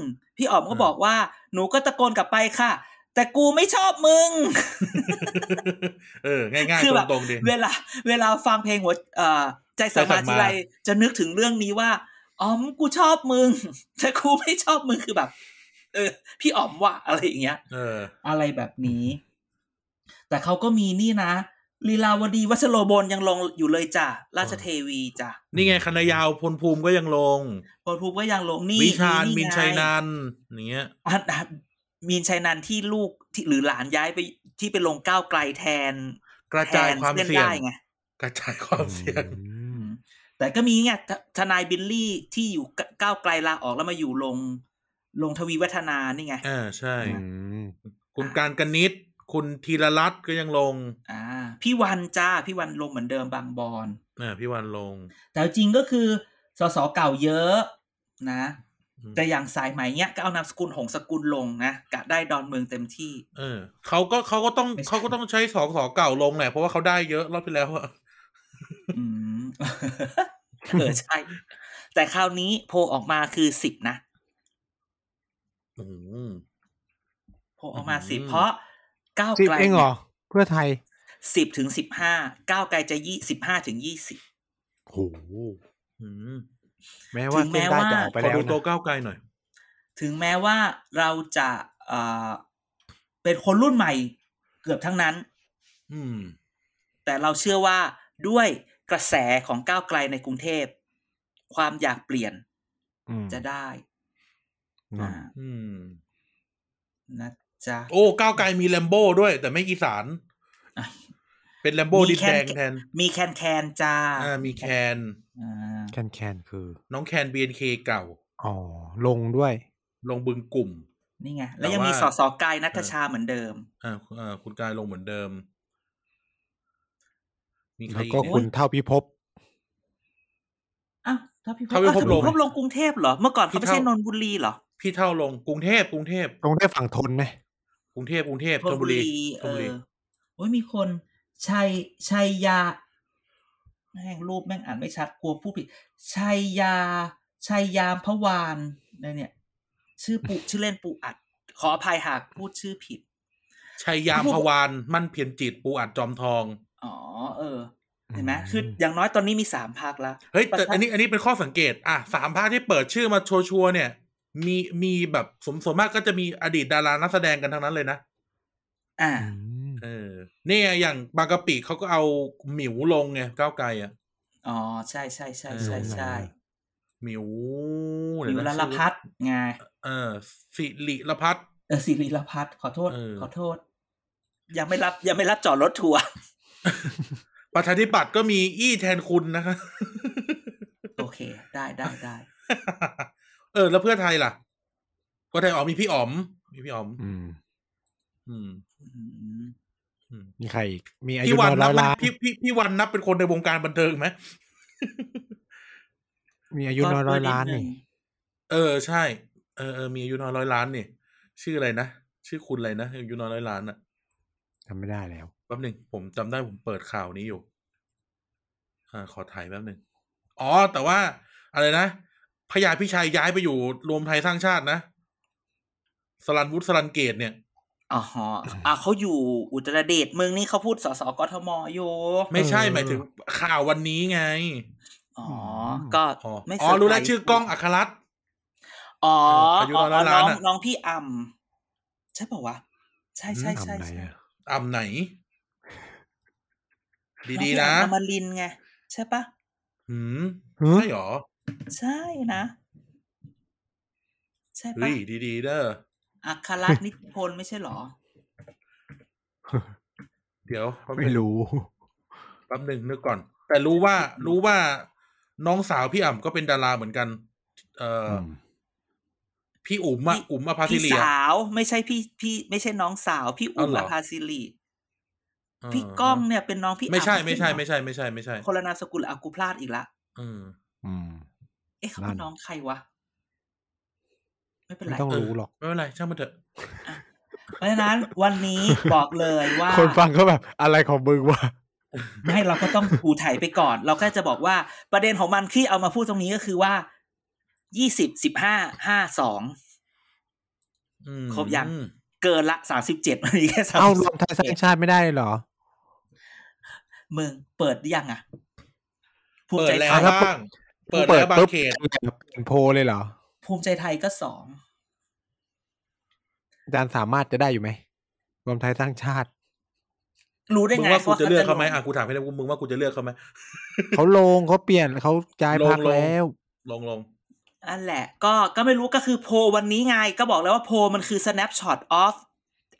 [SPEAKER 3] พี่อ๋อมก็บอกว่า หนูก็ตะโกนกลับไปค่ะ แต่กูไม่ชอบมึ ง
[SPEAKER 2] เออ ง่าย
[SPEAKER 3] คือแบบ
[SPEAKER 2] ๆตรงๆดี
[SPEAKER 3] เวลา เวลาฟังเพลงหัวเอ่อใจสมาธิไรจะนึกถึงเรื่องนี้ว่าอ๋อมกูชอบมึง แต่กูไม่ชอบมึงคือแบบ เออ พี่อ๋อมว่ะอะไรอย่างเงี้ย
[SPEAKER 2] เออ
[SPEAKER 3] อะไรแบบนี้ แต่เขาก็มีนี่นะ ลีลาวดีวัชโรบลยังลงอยู่เลยจ้ะ ราชเทวีจ้ะ
[SPEAKER 2] นี่ไงคณะยาวพลภูมิก็ยังลง
[SPEAKER 3] พลภูมิก็ยังลงนี่
[SPEAKER 2] วิชาญมิ
[SPEAKER 3] ไง
[SPEAKER 2] นชัยนันท์อย่างเงี้ย
[SPEAKER 3] อ่ะอ่ะมีนชัยนันที่ลูกที่หรือหลานย้ายไปที่ไปลงก้าวไกลแทน
[SPEAKER 2] กระจาย
[SPEAKER 3] แทน
[SPEAKER 2] ความ
[SPEAKER 3] พื่อน
[SPEAKER 2] เสี่ยง
[SPEAKER 3] ได้ไง
[SPEAKER 2] กระจายความเสี่ยง
[SPEAKER 3] อืมแต่ก็มีไงททนายบิลลี่ที่อยู่กก้าวไกลลาออกแล้วมาอยู่ลง ลงทวีวัฒนานี่ไง
[SPEAKER 2] อ่าใช่
[SPEAKER 4] อืม
[SPEAKER 2] คุณการกนิษฐ์คุณธีรรัตน์ก็ยังลง
[SPEAKER 3] อ่า พี่วันจ้าพี่วันลงเหมือนเดิมบางบอน
[SPEAKER 2] อ่าพี่วันลง
[SPEAKER 3] แต่จริงก็คือสสเก่าเยอะนะ
[SPEAKER 2] อืม
[SPEAKER 3] แต่อย่างสายไหมเนี้ยก็เอานามสกุลหงสกุลลงนะกะได้ดอนเมืองเต็มที่
[SPEAKER 2] เออเขาก็เขาก็ต้อง
[SPEAKER 3] ไม่ใช่
[SPEAKER 2] เขาก็ต้องใช้สองสอเก่าลงแหละเพราะว่าเขาได้เยอะรอบที่แล้วอะ
[SPEAKER 3] อืม เออใช่ แต่คราวนี้โพลออกมาคือสิบนะ
[SPEAKER 2] อืม
[SPEAKER 3] โพลออกมาสิบ
[SPEAKER 2] อืม
[SPEAKER 3] เพราะก้าว
[SPEAKER 4] สิบ
[SPEAKER 3] ไกล
[SPEAKER 4] เองเหรอ เพื่อไทย
[SPEAKER 3] สิบถึงสิบห้าก้าวไกลจะยี่สิบห้าถึงยี่สิบ
[SPEAKER 4] โห
[SPEAKER 2] อืม
[SPEAKER 4] แม้ว่า
[SPEAKER 3] ถึงแม้
[SPEAKER 4] เส้น
[SPEAKER 3] ว่า
[SPEAKER 4] ได้จะออกไป
[SPEAKER 2] ขอ
[SPEAKER 4] แล้ว
[SPEAKER 2] ดู
[SPEAKER 4] นะ
[SPEAKER 2] ตัวก้าวไกลหน่อย
[SPEAKER 3] ถึงแม้ว่าเราจะเอ่อเป็นคนรุ่นใหม่เกือบทั้งนั้น
[SPEAKER 2] อืม
[SPEAKER 3] แต่เราเชื่อว่าด้วยกระแสของก้าวไกลในกรุงเทพ ความอยากเปลี่ยน
[SPEAKER 4] อืม
[SPEAKER 3] จะได้
[SPEAKER 4] อืม
[SPEAKER 3] อ่า
[SPEAKER 2] อืม
[SPEAKER 3] นะจ๊ะ
[SPEAKER 2] โอ้ก้าวไกลมีแลมโบ้ด้วย แต่ไม่อีสาน
[SPEAKER 3] อ่ะ
[SPEAKER 2] เป็นแลมโบ้
[SPEAKER 3] มี
[SPEAKER 2] ดิน
[SPEAKER 3] แคน
[SPEAKER 2] แดงแทน
[SPEAKER 3] มีแคนแคนจ้า
[SPEAKER 2] อ่ามีแคน
[SPEAKER 3] อ่า
[SPEAKER 4] แคนแคนคือ
[SPEAKER 2] น้องแคนบีเนเคเก่า
[SPEAKER 4] อ๋อ ลงด้วย
[SPEAKER 2] ลงบึงกลุ่ม
[SPEAKER 3] นี่ไง แล้วยังมี
[SPEAKER 2] แต่
[SPEAKER 3] ส
[SPEAKER 2] ว่า
[SPEAKER 3] สกายนัทชาเหมือนเดิม
[SPEAKER 2] อ่าอ่าคุณกายลงเหมือนเดิม มีใคร
[SPEAKER 4] แล้ว
[SPEAKER 2] อีก
[SPEAKER 4] ก็
[SPEAKER 2] เนี่ย
[SPEAKER 4] คุณเท่าพิภพ
[SPEAKER 3] อ้าวถ้าพี่พ
[SPEAKER 2] ถ้าพี่พบ
[SPEAKER 3] อ้ว
[SPEAKER 2] ลง
[SPEAKER 3] พบลงกรุงเทพเหรอ เมื่อก่อนเขา
[SPEAKER 2] พี่
[SPEAKER 3] ไม่ใช่
[SPEAKER 2] เท่า
[SPEAKER 3] นนทบุรีเหรอ
[SPEAKER 2] พี่เท่าลงกรุงเทพกรุงเทพ
[SPEAKER 4] ลงได้ฝั่งทนไหม
[SPEAKER 2] กรุงเทพกรุงเทพ
[SPEAKER 3] ธนบุรี
[SPEAKER 2] ธ
[SPEAKER 3] เอน
[SPEAKER 2] บุรี
[SPEAKER 3] อโอ้ยมีคนชัยชัยยาแม่งรูปแม่งอ่านไม่ชัดกลัวพูดผิดชัยยาชัยยามพวานนะเนี่ย ชื่อปุ ชื่อเล่นปูอัด ขออภัยหากพูดชื่อผิด
[SPEAKER 2] ชัยยามพวานมั่นเพียรจิตปูอัดจอมทอง
[SPEAKER 3] อ๋อ เออ เห็นไหมคืออย่างน้อยตอนนี้มีสามภาคละ
[SPEAKER 2] เฮ้ย แต่
[SPEAKER 3] ประทับ
[SPEAKER 2] อันนี้อันนี้เป็นข้อสังเกต อ่ะสามภาคที่เปิดชื่อมาชัวร์ๆเนี่ย มีมีแบบสมสมมากก็จะมีอดีตดารานักแสดงกันทั้งนั้นเลยนะ
[SPEAKER 3] อ่า
[SPEAKER 4] อืม
[SPEAKER 2] เออเนี่ยอย่างบางกะปิเขาก็เอาหมิวลงไงก้าวไกลอ่ะ
[SPEAKER 3] อ๋อ ใช่ใช่ใช่ใช่ใช่
[SPEAKER 2] หมิว
[SPEAKER 3] มี
[SPEAKER 2] เดี๋ย
[SPEAKER 3] เว
[SPEAKER 2] นะ
[SPEAKER 3] ลาละพัดไง
[SPEAKER 2] เออสิริละพัฒน์
[SPEAKER 3] เออสิริรพัฒน์ขอโทษ
[SPEAKER 2] เออ
[SPEAKER 3] ขอโทษ ยังไม่รับยังไม่รับจอดรถทัวร์
[SPEAKER 2] ประชาธิปัตย์ก็มีอี้แทนคุณนะคะ
[SPEAKER 3] โอเค ได้ได้ได้
[SPEAKER 2] เออ แล้วเพื่อไทยล่ะเพื่อไทยอ๋อมีพี่อ๋อม มีพี่อ๋อม
[SPEAKER 4] อืม
[SPEAKER 2] อืม
[SPEAKER 3] อืม
[SPEAKER 4] มีใครอีก มีอายุ
[SPEAKER 2] พี่วัน
[SPEAKER 4] น้อ
[SPEAKER 2] นับ
[SPEAKER 4] ยร้อย
[SPEAKER 2] ไหม
[SPEAKER 4] ล้าน
[SPEAKER 2] พี่พี่พี่วันนับเป็นคนในวงการบันเทิงไหม
[SPEAKER 4] มีอายุน้อยร้อยล้านนี่
[SPEAKER 2] เออใช่ เออเออมีอายุน้อยร้อยล้านนี่ชื่ออะไรนะชื่อคุณอะไรนะอายุน้อยร้อยล้านอะ
[SPEAKER 4] ทำไม่ได้แล้ว
[SPEAKER 2] แป๊บหนึ่งผมจำได้ผมเปิดข่าวนี้อยู่ อ่า ขอถ่ายแป๊บหนึ่งอ๋อ แต่ว่า อะไรนะพญาพิชัยย้ายไปอยู่รวมไทยสร้างชาตินะสลันวุฒิสลันเกตเนี่ย
[SPEAKER 3] อ๋อฮะอ่ะเขาอยู่อุตรดิตถ์เมืองนี่เขาพูดสสกทมอยู่
[SPEAKER 2] ไม่ใช่
[SPEAKER 4] เออ
[SPEAKER 2] หมายถึงข่าววันนี้ไง
[SPEAKER 3] อ๋อ ก็
[SPEAKER 2] อ๋อ
[SPEAKER 3] ไม่
[SPEAKER 2] อ๋อรู้แล้วชื่อกล้อง
[SPEAKER 3] อ
[SPEAKER 2] อัครรัตน์
[SPEAKER 3] อ๋อ
[SPEAKER 2] อายุ
[SPEAKER 3] อ๋อ
[SPEAKER 2] ร้อย
[SPEAKER 3] น้
[SPEAKER 2] ล้า
[SPEAKER 3] อน ง
[SPEAKER 2] อะ
[SPEAKER 3] น้องพี่อ่ำใช่ป่าวะ ใช่ใช่ใช่
[SPEAKER 4] ทำไหน
[SPEAKER 3] ใช่
[SPEAKER 4] อะ
[SPEAKER 2] อ่ำไหน ดีๆนะ
[SPEAKER 3] อมารินทร์ไง ใช่ปะ
[SPEAKER 2] หืม
[SPEAKER 4] หืม
[SPEAKER 2] ใช่หรอ
[SPEAKER 3] ใช่นะ ใช่ปะ
[SPEAKER 2] เฮ้ยดีๆเด้อ
[SPEAKER 3] อัครนิพนธ์ไม่ใช่หรอ
[SPEAKER 2] เดี๋ยวแป๊บนึง
[SPEAKER 4] ไม่รู้
[SPEAKER 2] แป๊บนึงนึกก่อน แต่รู้ว่ารู้ว่าน้องสาวพี่อ่ำก็เป็นดาราเหมือนกัน เอ่ออพี่อุ๋มอะ
[SPEAKER 3] พี่
[SPEAKER 2] อุ๋มอภาสิ
[SPEAKER 3] พี่
[SPEAKER 2] เลีย
[SPEAKER 3] สาวไม่ใช่พี่พี่ ไม่ใช่น้องสาว พี่อุ๋
[SPEAKER 2] เอา
[SPEAKER 3] ม
[SPEAKER 2] เหร
[SPEAKER 3] อ
[SPEAKER 2] อ
[SPEAKER 3] ภาสิริ
[SPEAKER 2] เอ่
[SPEAKER 3] พี่ก้องเนี่ยเป็นน้องพี่
[SPEAKER 2] ไม่ใช่
[SPEAKER 3] อับ
[SPEAKER 2] ไม่ใช่
[SPEAKER 3] เหรอ
[SPEAKER 2] ไม่ใช่ไม่ใช่ไม่ใช่
[SPEAKER 3] คนละนามสกุลอ่ะกูพลาดอีกละ
[SPEAKER 2] อืม
[SPEAKER 4] อืม
[SPEAKER 3] เอ๊ะเขา
[SPEAKER 4] นั่
[SPEAKER 3] เป็น
[SPEAKER 4] น
[SPEAKER 3] น้องใครวะไม่เป็น
[SPEAKER 4] ไม่
[SPEAKER 3] ไร
[SPEAKER 4] ต้อง
[SPEAKER 2] เออ
[SPEAKER 4] รู้หรอก
[SPEAKER 2] ไม่เป็นไรช่างมันเถอะ
[SPEAKER 3] เพราะฉะนั้นวัน นี้บอกเลยว่า
[SPEAKER 4] คนฟังก็แบบอะไรของมึงวะ
[SPEAKER 3] ไม่เราก็ต้องถูไถ่ายไปก่อน เราก็จะบอกว่าประเด็นของมันที่เอามาพูดตรงนี้ก็คือว่ายี่สิบสิบห้าห้าสอง
[SPEAKER 2] อืม
[SPEAKER 3] ครบยัง เกินละสามสิบเจ็ด มันมีแค่สาม
[SPEAKER 4] เอ้า
[SPEAKER 3] สิ
[SPEAKER 4] ร
[SPEAKER 3] บ
[SPEAKER 4] วมไทยสร้างชาติไม่ได้เหรอ
[SPEAKER 3] มึงเปิดหรือยังอ่ะภูมิ
[SPEAKER 2] เปิด
[SPEAKER 3] ใจ
[SPEAKER 2] แล้
[SPEAKER 3] ไท
[SPEAKER 2] วย
[SPEAKER 4] อ่ะ
[SPEAKER 2] บ้างเปิดแล้วบางเขต
[SPEAKER 4] เป็นโพลเลยเหรอ
[SPEAKER 3] ภูมิใจไทยก็สอง
[SPEAKER 4] อาจารย์สามารถจะได้อยู่ไหม รวมไทยสร้างชาติ
[SPEAKER 3] รู้ได้
[SPEAKER 2] มึง
[SPEAKER 3] ไง
[SPEAKER 2] ว่ากูจะเลือกเขา
[SPEAKER 3] ง
[SPEAKER 2] ไหมอ่ะกูถามให้ได้มึงว่ากูจะเลือกเขาไหม
[SPEAKER 4] เขาลงเขาเปลี่ยนเขาย้ายพัก
[SPEAKER 2] ลงลง
[SPEAKER 4] แล้ว
[SPEAKER 2] ลงลง
[SPEAKER 3] อันแหละ ก็ก็ไม่รู้ก็คือโพลวันนี้ไง ก็บอกแล้วว่าโพลมันคือ snapshot of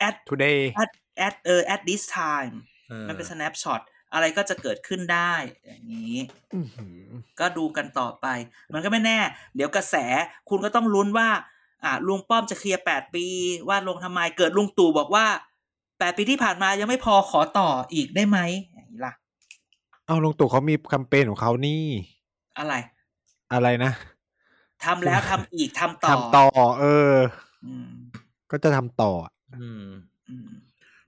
[SPEAKER 3] at
[SPEAKER 4] today
[SPEAKER 3] at at เออ at this time
[SPEAKER 2] เออ
[SPEAKER 3] มันเป็น snapshot อะไรก็จะเกิดขึ้นได้อย่างนี้
[SPEAKER 4] อื้อหือ
[SPEAKER 3] ก็ดูกันต่อไป มันก็ไม่แน่ เดี๋ยวกระแสคุณก็ต้องลุ้นว่า อ่าลุงป้อมจะเคลียร์แปดปี ว่าลงทำไมเกิดลุงตู่บอกว่าแปดปีที่ผ่านมายังไม่พอขอต่ออีกได้ไหมอย่างนี้ล่ะ
[SPEAKER 4] เอาลงตู่เขามีแคมเปญของเขานี่
[SPEAKER 3] อะไร
[SPEAKER 4] อะไรนะ
[SPEAKER 3] ทำแล้วทำอีกทำต่อ
[SPEAKER 4] ทำต่อ เออ
[SPEAKER 3] อืม
[SPEAKER 4] ก็จะทำต่อ
[SPEAKER 2] อืม
[SPEAKER 3] อืม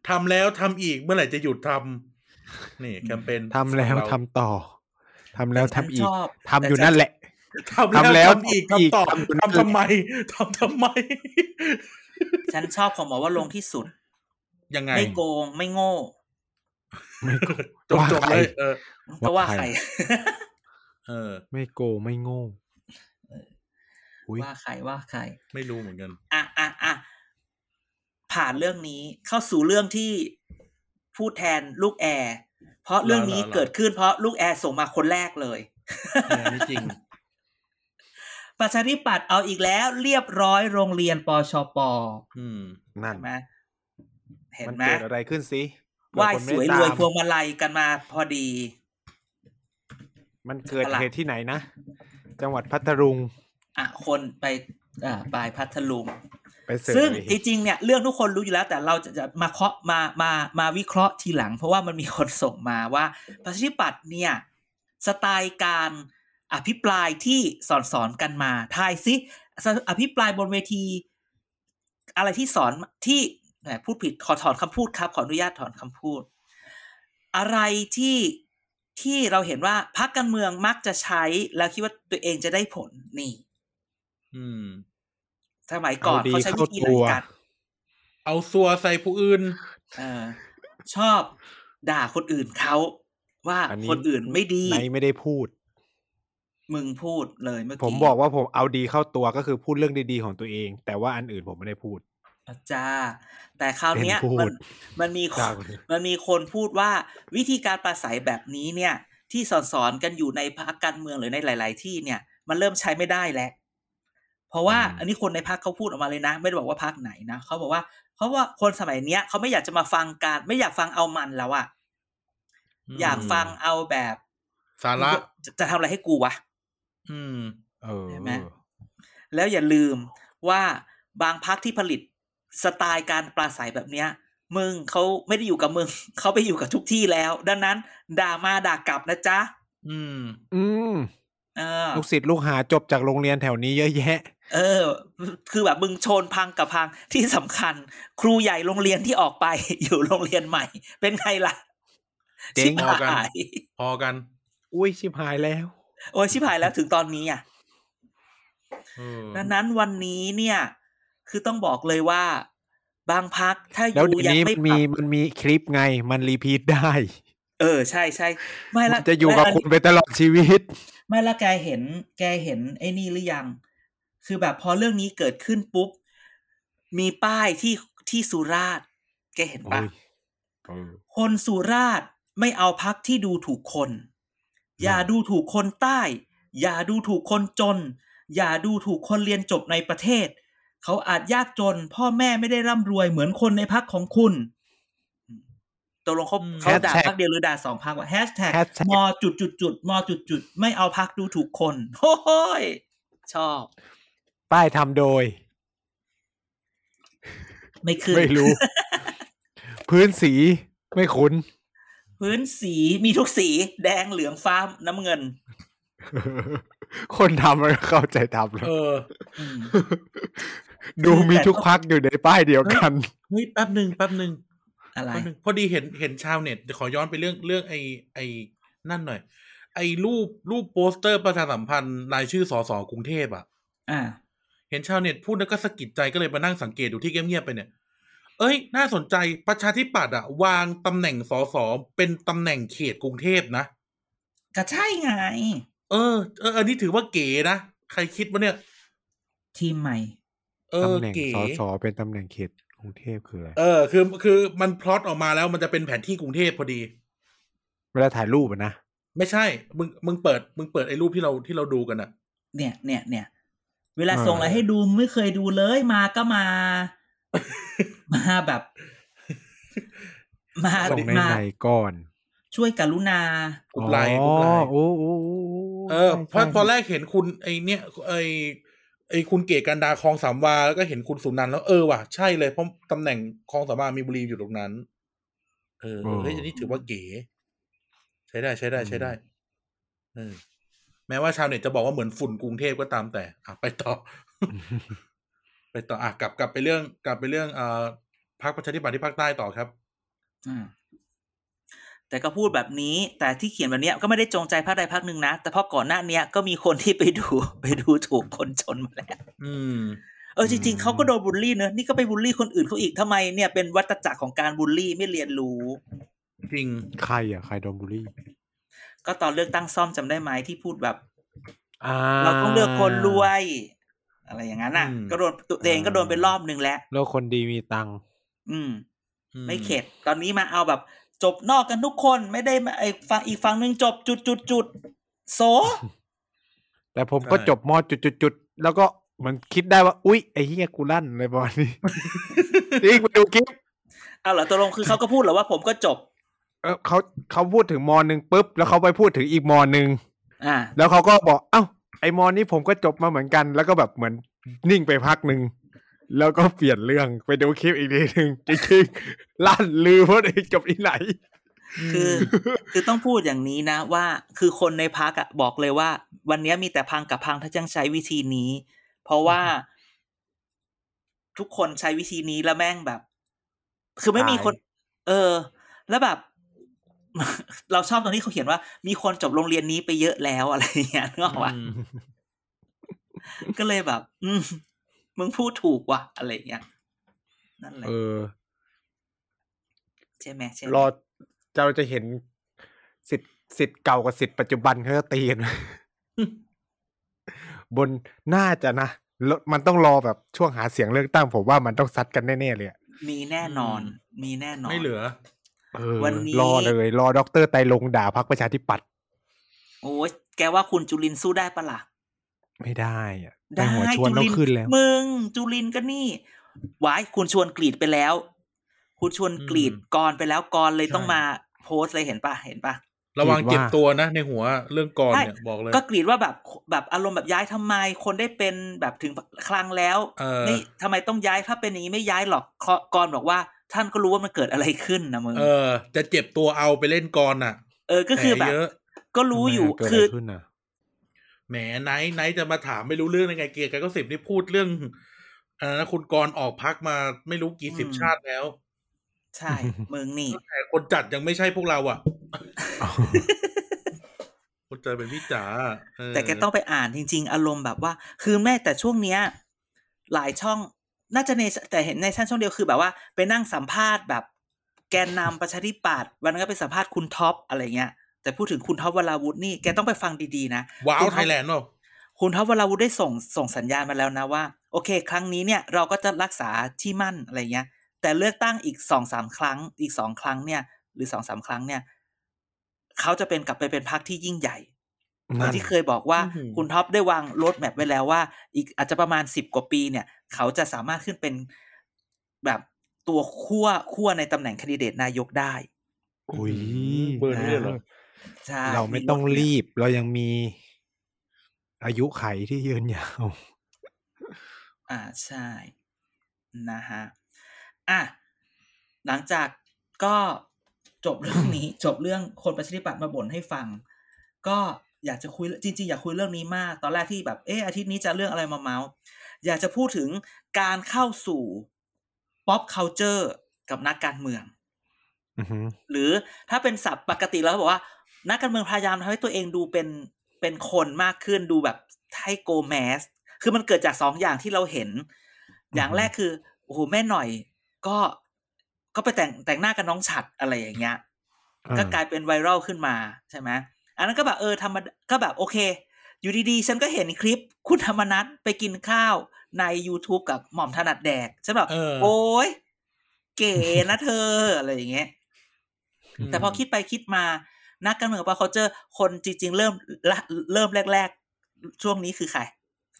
[SPEAKER 2] ทำแล้วทำอีกเมื่อไหร่จะหยุดทำนี่แคมเปญ
[SPEAKER 4] ทำแล้ว
[SPEAKER 2] ของเรา
[SPEAKER 4] ทำต่อ ทำแล้วทำอี
[SPEAKER 3] ฉันช
[SPEAKER 4] ก
[SPEAKER 3] บ
[SPEAKER 4] ทำอยู่นั่นแหละ
[SPEAKER 2] ทำ
[SPEAKER 4] ทำแล้
[SPEAKER 2] แล้ว
[SPEAKER 4] ว
[SPEAKER 2] ทำอีก
[SPEAKER 4] ทำอีก
[SPEAKER 2] ทำต่อ
[SPEAKER 4] ทำอยู่นั่น
[SPEAKER 2] ทำทำไมทำทำไม
[SPEAKER 3] ฉันชอบของหมอว่าลงที่สุด
[SPEAKER 2] ยังไง
[SPEAKER 3] ไม่โกงไม่โง่
[SPEAKER 2] จบจบ
[SPEAKER 4] ว่าใคร
[SPEAKER 2] เลยเออ
[SPEAKER 3] ก็ว่าใคร
[SPEAKER 2] เออ
[SPEAKER 4] ไม่โกงไม่โง่อุ้ย
[SPEAKER 3] ว่าใครว่าใคร
[SPEAKER 2] ไม่รู้เหมือนกัน
[SPEAKER 3] อ่ะอ่ะอ่ะผ่านเรื่องนี้เข้าสู่เรื่องที่พูดแทนลูกแอร์เพราะเรื่องนี้
[SPEAKER 2] เหรอเหรอ
[SPEAKER 3] เกิดขึ้นเพราะลูกแอร์ส่งมาคนแรกเลย
[SPEAKER 2] เนี่ยนี่จริง
[SPEAKER 3] ประชาธิปัตย์เอาอีกแล้ว เรียบร้อยโรงเรียนปชป
[SPEAKER 2] อืม
[SPEAKER 4] นั่น
[SPEAKER 3] ใช่ไหมเห็น
[SPEAKER 4] มัน
[SPEAKER 3] ไหม
[SPEAKER 4] เกิดอะไรขึ้นสิ
[SPEAKER 3] ไหว้สวยรวยพวง
[SPEAKER 4] ม
[SPEAKER 3] มาลัยกันมาพอดี
[SPEAKER 4] มันเกิดเหตุที่ไหนนะ จังหวัดพัทลุง
[SPEAKER 3] อ่ะ คนไปอ่าปลายพัทลุง
[SPEAKER 4] ไปเสิร์
[SPEAKER 3] ซึ่ง
[SPEAKER 4] ช
[SPEAKER 3] จริงๆเนี่ยเรื่องทุกคนรู้อยู่แล้ว แต่เราจะจะมาเคาะมามามาวิเคราะห์ทีหลัง เพราะว่ามันมีคนส่งมาว่าประชาธิปัตย์เนี่ย สไตล์การอภิปรายที่สอนสอนๆกันมาทายซิอภิปรายบนเวที อะไรที่สอนที่แหมพูดผิดขอถอนคำพูดครับ ขออนุญาตถอนคำพูด อะไรที่ที่เราเห็นว่าพักการเมืองมักจะใช้แล้วคิดว่าตัวเองจะได้ผลนี่
[SPEAKER 2] อืม
[SPEAKER 3] สมัยก่อนเขาใช้วิธีไหนกัน
[SPEAKER 2] เอาซัวใส่ผู้อื่น
[SPEAKER 3] เออชอบด่าคนอื่นเขาว่าคนอื่นไม่ดี
[SPEAKER 4] ไหนไม่ได้พูด
[SPEAKER 3] มึงพูดเลยเมื่อกี้
[SPEAKER 4] ผมบอกว่าผมเอาดีเข้าตัวก็คือพูดเรื่องดีๆของตัวเอง แต่ว่าอันอื่นผมไม่ได้พูด
[SPEAKER 3] อ่ะจ้า แต่คราวเนี้ย
[SPEAKER 4] เป็นพูด
[SPEAKER 3] มันมันมีค
[SPEAKER 4] จ้าน คนอื่น
[SPEAKER 3] มันมีคนพูดว่าวิธีการปราศัยแบบนี้เนี่ย ที่สอนสอนๆกันอยู่ในพรรคการเมืองหรือในหลาย ๆ ที่เนี่ย มันเริ่มใช้ไม่ได้แล้ว เพราะว่าอันนี้คนในพรรคเขาพูดออกมาเลยนะ ไม่ได้บอกว่าพรรคไหนนะเขาบอกว่าเพราะว่าคนสมัยเนี้ยเขาไม่อยากจะมาฟังการ ไม่อยากฟังเอามันแล้วอะ
[SPEAKER 2] อืม
[SPEAKER 3] อยากฟังเอาแบบ
[SPEAKER 2] สาระ
[SPEAKER 3] จะจะทำอะไรให้กูวะ
[SPEAKER 2] อืม
[SPEAKER 4] เออ
[SPEAKER 3] ใช่ไหม แล้วอย่าลืมว่าบางพักที่ผลิตสไตล์การปราศัยแบบเนี้ย มึงเขาไม่ได้อยู่กับมึง เขาไปอยู่กับทุกที่แล้ว ดังนั้น ด่ามาด่ากลับนะจ๊ะ
[SPEAKER 2] อืม
[SPEAKER 4] อืม
[SPEAKER 3] เออ
[SPEAKER 4] ลูกศิษย์ลูกหาจบจากโรงเรียนแถวนี้เยอะแยะ
[SPEAKER 3] เออ คือแบบมึงชนพังกับพังที่สำคัญ ครูใหญ่โรงเรียนที่ออกไป อยู่โรงเรียนใหม่ เป็นไงล่ะ
[SPEAKER 4] เจ๊ง
[SPEAKER 3] ชิบ
[SPEAKER 2] เอากัน
[SPEAKER 3] หาย
[SPEAKER 2] พอกัน
[SPEAKER 4] อุ้ยชิบหายแล้ว
[SPEAKER 3] โอ้ยชิบหายแล้วถึงตอนนี้อ่ะ
[SPEAKER 2] เออ
[SPEAKER 3] ดังนั้นวันนี้เนี่ย คือต้องบอกเลยว่า บางพักถ้าอ
[SPEAKER 4] แล้ว
[SPEAKER 3] ยู่ยั
[SPEAKER 4] เดี๋ยว
[SPEAKER 3] ง
[SPEAKER 4] นี้
[SPEAKER 3] ไม่
[SPEAKER 4] มัน
[SPEAKER 3] ปรั
[SPEAKER 4] มี
[SPEAKER 3] บ
[SPEAKER 4] มันมีคลิปไงมันรีพีทได้
[SPEAKER 3] เออใช่ใช่ไม่ละ
[SPEAKER 4] มันจะอยู่กับ
[SPEAKER 3] ไม่ละ
[SPEAKER 4] คุณไปตลอดชีวิต
[SPEAKER 3] ไม่ละแกเห็น แกเห็นไอ้นี่หรือยัง คือแบบพอเรื่องนี้เกิดขึ้นปุ๊บ มีป้ายที่ที่สุราษฎร์แกเห็นปะคนสุราษฎร์ ไม่เอาพักที่ดูถูกคน อย่าดูถูกคนใต้ อย่าดูถูกคนจน อย่าดูถูกคนเรียนจบในประเทศ เขาอาจยากจน พ่อแม่ไม่ได้ร่ำรวยเหมือนคนในพักของคุณตกลงเขา
[SPEAKER 2] อืม
[SPEAKER 3] เขาด่า
[SPEAKER 4] Hashtag
[SPEAKER 3] พักเดียวหรือด่าสองพักวะแฮชแท็ก
[SPEAKER 4] Hashtag
[SPEAKER 3] มอจุดจุดจุดมอจุดจุดไม่เอาพักดูถูกคนโอ้โหยชอบ
[SPEAKER 4] ป้ายทำโดย
[SPEAKER 3] ไม่ขึ้น
[SPEAKER 4] ไม่รู้ พื้นสีไม่คุ้น
[SPEAKER 3] พื้นสีมีทุกสี แดงเหลืองฟ้าน้ำเงิน
[SPEAKER 4] คนทำมันก็เข้าใจทำแล้ว
[SPEAKER 2] เออ
[SPEAKER 3] อืม
[SPEAKER 4] ดูมี
[SPEAKER 3] แต่ก็
[SPEAKER 4] ทุกพักอยู่ในป้ายเดียวกัน
[SPEAKER 2] เฮ้ยแป๊บหนึ่งแป๊บหนึ่ง
[SPEAKER 3] อะไร
[SPEAKER 2] แป๊บหนึ่งพอดีเห็นเห็นชาวเน็ตเดี๋ยวขอย้อนไปเรื่องเรื่องไอ้ไอ้นั่นหน่อย ไอ้รูปรูปโปสเตอร์ประชาสัมพันธ์รายชื่อสสกรุงเทพอ่ะ
[SPEAKER 3] อ่า
[SPEAKER 2] เห็นชาวเน็ตพูดแล้วก็สะกิดใจก็เลยมานั่งสังเกตดูที่เงียบๆไปเนี่ย เอ้ย น่าสนใจประชาธิปัตย์อะวางตำแหน่งสสเป็นตำแหน่งเขตกรุงเทพนะ
[SPEAKER 3] ก็ใช่ไง
[SPEAKER 2] เออ เออ อันนี้ถือว่าเก๋นะ ใครคิดวะเนี่ย
[SPEAKER 3] ทีมใหม่
[SPEAKER 2] เออ
[SPEAKER 4] ตำแหน่ง
[SPEAKER 2] เก๋
[SPEAKER 4] สสเป็นตำแหน่งเขตกรุงเทพคืออะไร
[SPEAKER 2] เออ คือคือมันพลอตออกมาแล้วมันจะเป็นแผนที่กรุงเทพพอดี
[SPEAKER 4] เวลาถ่ายรูปอะนะ
[SPEAKER 2] ไม่ใช่ มึงมึงเปิด มึงเปิดไอ้รูปที่เราที่เราดูกันอะ
[SPEAKER 3] เนี่ยเนี่ยเนี่ยเวลา
[SPEAKER 4] อ่า
[SPEAKER 3] ส่งอะไรให้ดูไม่เคยดูเลยมาก็มา มาแบบ มา
[SPEAKER 4] ส่งใน
[SPEAKER 3] มา
[SPEAKER 4] ในก่อน
[SPEAKER 3] ช่วยกรุณาก
[SPEAKER 2] รุ๊ปไลน์กรุ๊
[SPEAKER 4] อ๋อ
[SPEAKER 2] ปไลน์
[SPEAKER 4] โอ้โอ้โ
[SPEAKER 2] เออเพราะตอนแรกเห็นคุณไอเนี่ยไอไอคุณเก๋กันดาคลองสามวาแล้วก็เห็นคุณสุนันท์แล้วเออว่ะใช่เลยเพราะตำแหน่งคลองสามวามีบุรีอยู่ตรงนั้น เออเฮ้ยอันนี้ถือว่าเก๋ใช้ได้ใช้ได้ใช้ได้เออแม้ว่าชาวเน็ตจะบอกว่าเหมือนฝุ่นกรุงเทพก็ตามแต่อ่ะไปต่อ ไปต่ออ่ะกลับกลับไปเรื่องกลับไปเรื่องเอ่อพรรคประชาธิปัตย์ที่ภาคใต้ต่อครับ
[SPEAKER 3] อ่าแต่ก็พูดแบบนี้ แต่ที่เขียนแบบเนี้ยก็ไม่ได้จงใจพักใดพักหนึ่งนะแต่เพอก่อนหน้าเนี้ยก็มีคนที่ไปดู ไปดูถูกคนจนมาแล้ว
[SPEAKER 2] อืม
[SPEAKER 3] เออจริง
[SPEAKER 4] อืม
[SPEAKER 3] ๆเขาก็โดนบูลลี่เนอะนี่ก็ไปบูลลี่คนอื่นเขาอีกทำไมเนี่ยเป็นวัฏจักรของการบูลลี่ไม่เรียนรู้
[SPEAKER 2] จริง
[SPEAKER 4] ใครอ่ะ ใครโดนบุรี่
[SPEAKER 3] ก็ตอนเลือกตั้งซ่อมจำได้ไหมที่พูดแบบ
[SPEAKER 4] อ่า
[SPEAKER 3] เราต้องเลือกคนรวย อะไรอย่างนั้นน่ะ
[SPEAKER 2] อืม
[SPEAKER 3] ก็โดนตัวเองก็โดนไปรอบหนึ่งแล้ว
[SPEAKER 4] โลกคนดีมีตังค์
[SPEAKER 3] อืม
[SPEAKER 2] อื
[SPEAKER 3] ไม่เข็ด ตอนนี้มาเอาแบบ จบนอกกันทุกคนไม่ได้มาไอ้ฝั่งอีกฝั่งหนึ่งจบจุดจุดจุดโซ
[SPEAKER 4] แต่ผมก็
[SPEAKER 2] ใช่
[SPEAKER 4] จบมอจุดจุดจุดๆๆแล้วก็เหมันคิดได้ว่า อุ๊ย ไอ้เฮียกูลั่นอะไรประมาณนี้ จริงไปดูคลิป
[SPEAKER 3] เอาเหรอตกลงคือเขาก็พูดเหรอว่าผมก็จบ
[SPEAKER 4] เออเขาเขาพูดถึงมอหนึ่งปุ๊บ แล้วเขาไปพูดถึงอีกมอหนึ่ง
[SPEAKER 3] อ่า
[SPEAKER 4] แล้วเขาก็บอก เอ้า ไอ้มอนี้ผมก็จบมาเหมือนกัน แล้วก็แบบเหมือนนิ่งไปพักหนึ่ง แล้วก็เปลี่ยนเรื่องไปดูคลิปอีกทีหนึ่งจริงๆลั่นลือว่าไอ้จบที่ไหน
[SPEAKER 3] คือ คือต้องพูดอย่างนี้นะว่า คือคนในพักอะบอกเลยว่า วันนี้มีแต่พังกับพังถ้าจังใช้วิธีนี้ เพราะว่า ทุกคนใช้วิธีนี้แล้วแม่งแบบ คือไม่มีคน เออ แล้วแบบ เราชอบตรงที่เขาเขียนว่า มีคนจบโรงเรียนนี้ไปเยอะแล้วอะไรอย่างเงี้ยนึกออกปะ
[SPEAKER 2] อืม
[SPEAKER 3] ก็เลยแบบ อืมมึงพูดถูกว่ะอะไรอย่างเงี้ยนั่นแหละ
[SPEAKER 4] เออ
[SPEAKER 3] ใช่ไหมใช่ไหม
[SPEAKER 4] รอเราจะเห็นสิทธิ์สิทธิ์เก่ากับสิทธิ์ปัจจุบันเขาจะตีกัน บนน่าจะนะแล้วมันต้องรอแบบช่วงหาเสียงเลือกตั้งผมว่ามันต้องซัดกันแน่ๆเลยอะ
[SPEAKER 3] มีแน่นอน มีแน่นอน
[SPEAKER 2] ไม่เหลือ
[SPEAKER 4] เออ
[SPEAKER 3] วันนี้
[SPEAKER 4] รอเลยรอด็อกเตอร์ไตรลงค์ด่าพักประชาธิปัตย์
[SPEAKER 3] โอ้ยแกว่าคุณจุลินทร์สู้ได้ปะล่ะ
[SPEAKER 4] ไม่ได้อะได้หัวชวน
[SPEAKER 3] จุ
[SPEAKER 4] ต้อ
[SPEAKER 3] ลิ
[SPEAKER 4] งขึ้นแล้ว
[SPEAKER 3] มึง จุลินก็นี่วายคุณชวนกรีดไปแล้ว คุณชวนกรีด
[SPEAKER 2] อืม
[SPEAKER 3] กรไปแล้วกรเลย
[SPEAKER 2] ใช่
[SPEAKER 3] ต้องมาโพสต์เลยเห็นปะเห็นปะ
[SPEAKER 2] ระวังเจ็บ
[SPEAKER 4] คิดว่า
[SPEAKER 2] ตัวนะ ในหัวเรื่องก่อนเนี่ย
[SPEAKER 3] ใช่
[SPEAKER 2] บอกเลย
[SPEAKER 3] ก็กรีดว่าแบบแบบอารมณ์แบบย้ายทำไม คนได้เป็นแบบถึงครั้งแล้ว
[SPEAKER 2] เออ
[SPEAKER 3] นี่ทำไมต้องย้ายถ้าเป็นอย่างนี้ไม่ย้ายหรอกขกรบอกว่า ท่านก็รู้ว่ามันเกิดอะไรขึ้นนะมึง
[SPEAKER 2] เออ จะเจ็บตัวเอาไปเล่นก่อนน่ะ
[SPEAKER 3] เออก็คือ
[SPEAKER 2] แหม
[SPEAKER 3] แบบ
[SPEAKER 2] เยอะ
[SPEAKER 3] ก็รู้อยู่
[SPEAKER 4] ทำไมะ
[SPEAKER 3] คื
[SPEAKER 4] เกิด
[SPEAKER 3] อ
[SPEAKER 4] อะไรขึ้นน่ะ
[SPEAKER 2] แหมไนท์ไนท์จะมาถามไม่รู้เรื่องยังไงเกียร์กันก็สิบนี่พูดเรื่องอ่านะคุณกรณ์ออกพักมาไม่รู้กี่สิบ
[SPEAKER 3] อืม
[SPEAKER 2] ชาติแล้ว
[SPEAKER 3] ใช่ มึงนี่
[SPEAKER 2] แต่คนจัดยังไม่ใช่พวกเราอ่ะ คนจัดเป็นพี่จ๋าเ
[SPEAKER 3] แต่แกต้องไปอ่านจริง ๆ อารมณ์แบบว่า คือแม่แต่ช่วงเนี้ย หลายช่องน่าจะในแต่เห็นในชั้นช่องเดียวคือแบบว่า ไปนั่งสัมภาษณ์แบบแกนนำประชาธิปัตย์วันนั้นก็ไปสัมภาษณ์คุณท็อปอะไรเงี้ย แต่พูดถึงคุณท็อปวราวุฒินี่แกต้องไปฟังดีๆนะ
[SPEAKER 2] ว้า
[SPEAKER 3] คุ
[SPEAKER 2] ว
[SPEAKER 3] ณท็อป
[SPEAKER 2] ไทยแลนด์เปล่า
[SPEAKER 3] คุณท็อปวราวุฒิได้ส่งส่งสัญญาณมาแล้วนะว่า โอเค ครั้งนี้เนี่ยเราก็จะรักษาที่มั่นอะไรเงี้ย แต่เลือกตั้งอีกสองสามครั้ง อีกสองครั้งเนี่ย หรือสองสามครั้งเนี่ย เขาจะเป็นกลับไปเป็นพักที่ยิ่งใหญ่ เหมือ
[SPEAKER 4] นั่
[SPEAKER 3] น
[SPEAKER 4] น
[SPEAKER 3] ที่เคยบอกว่า
[SPEAKER 2] อืม
[SPEAKER 3] คุณท็อปได้วางโรดแมพไว้แล้วว่า อีกอาจจะประมาณสิบกว่าปีเนี่ย เขาจะสามารถขึ้นเป็นแบบตัวขั้วขั้วในตำแหน่งแคนดิเดตนายกได้
[SPEAKER 4] อุ้ย
[SPEAKER 2] เบอร์นี้เลยเหรอ
[SPEAKER 3] ใช่
[SPEAKER 4] เราไม่ต้องรีบ เรายังมีอายุไขที่ยืนยาว
[SPEAKER 3] อ่าใช่ นะฮะอ่ะหลังจากก็จบเรื่องนี้ จบเรื่องคนประชาธิปัตย์มาบ่นให้ฟัง ก็อยากจะคุยจริงๆอยากคุยเรื่องนี้มาก ตอนแรกที่แบบเอออาทิตย์นี้จะเรื่องอะไรมาเมาส์ อยากจะพูดถึงการเข้าสู่ pop culture กับนักการเมือง
[SPEAKER 4] อือหือ
[SPEAKER 3] หรือถ้าเป็นศัพท์ปกติแล้วบอกว่า นักการเมืองพยายามทำให้ตัวเองดูเป็นเป็นคนมากขึ้นดูแบบให้โกแมส คือมันเกิดจากสองอย่างที่เราเห็น อย่างแรกคือโอ้โหแม่หน่อย ก็ก็ไปแต่งแต่งหน้ากับน้องฉัดอะไรอย่างเงี้ย ก็กลายเป็นไวรัลขึ้นมาใช่ไหมอันนั้นก็แบบเออธรรมดาก็แบบโอเค อยู่ดีๆ ฉันก็เห็นคลิปคุณธรรมนัทไปกินข้าวใน YouTube กับหม่อมถนัดแดกฉันแบบ
[SPEAKER 2] เออ
[SPEAKER 3] โอ้ยเก๋นะเธอ อะไรอย่างเงี้ย แต่พอคิดไปคิดมานักการเมืองปาเขาเจอคนจริง ๆ เริ่มละเริ่มแรก ๆ ช่วงนี้คือใคร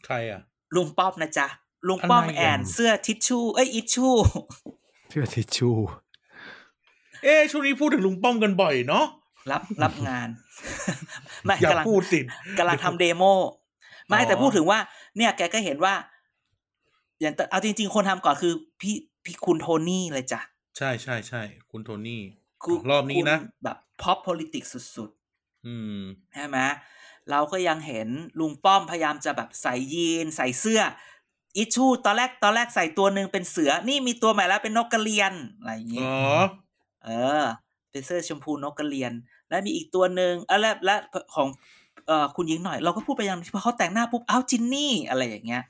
[SPEAKER 2] ใครอ่ะ
[SPEAKER 3] ลุงป้อมนะจ๊ะ ลุงป้อม
[SPEAKER 2] อะไรอ่ะ
[SPEAKER 3] แอนเสื้อทิชชู่เอ้ยอิชชู่
[SPEAKER 4] เสื้อทิชชู่
[SPEAKER 2] เอ๊ะช่วงนี้พูดถึงลุงป้อมกันบ่อยเนาะ
[SPEAKER 3] รับรับงาน ไม่
[SPEAKER 2] อย่าก
[SPEAKER 3] ำลัง
[SPEAKER 2] พูดสิ
[SPEAKER 3] กำลังทำเดโมไม่
[SPEAKER 2] อ๋อ
[SPEAKER 3] แต่พูดถึงว่า เนี่ยแกก็เห็นว่า อย่างแต่เอาจริง ๆ คนทำก่อนคือ พี่พี่คุณโทนี่เลยจ้ะ
[SPEAKER 2] ใช่ใช่ใช่คุณโทนี่
[SPEAKER 3] คือ
[SPEAKER 2] รอบนี้นะ
[SPEAKER 3] คุณแบบพอ p politics สุด ๆ
[SPEAKER 2] อืม
[SPEAKER 3] ใช่ไหมเราก็ยังเห็นลุงป้อมพยายามจะแบบใส่ยีน ใส่เสื้อ อิชชูตอนแรกตอนแรกใส่ตัวหนึ่งเป็นเสือ นี่มีตัวใหม่แล้วเป็นนกกระเรียนอะไรอย่างงี้
[SPEAKER 2] อ๋อ
[SPEAKER 3] เออ เป็นเสื้อชมพูนกกระเรียน แล้วมีอีกตัวหนึ่งเออและและของเอ่อคุณหญิงหน่อย เราก็พูดไปยังพอเขาแต่งหน้าปุ๊บอ้าวจินนี่อะไรอย่างเงี้ย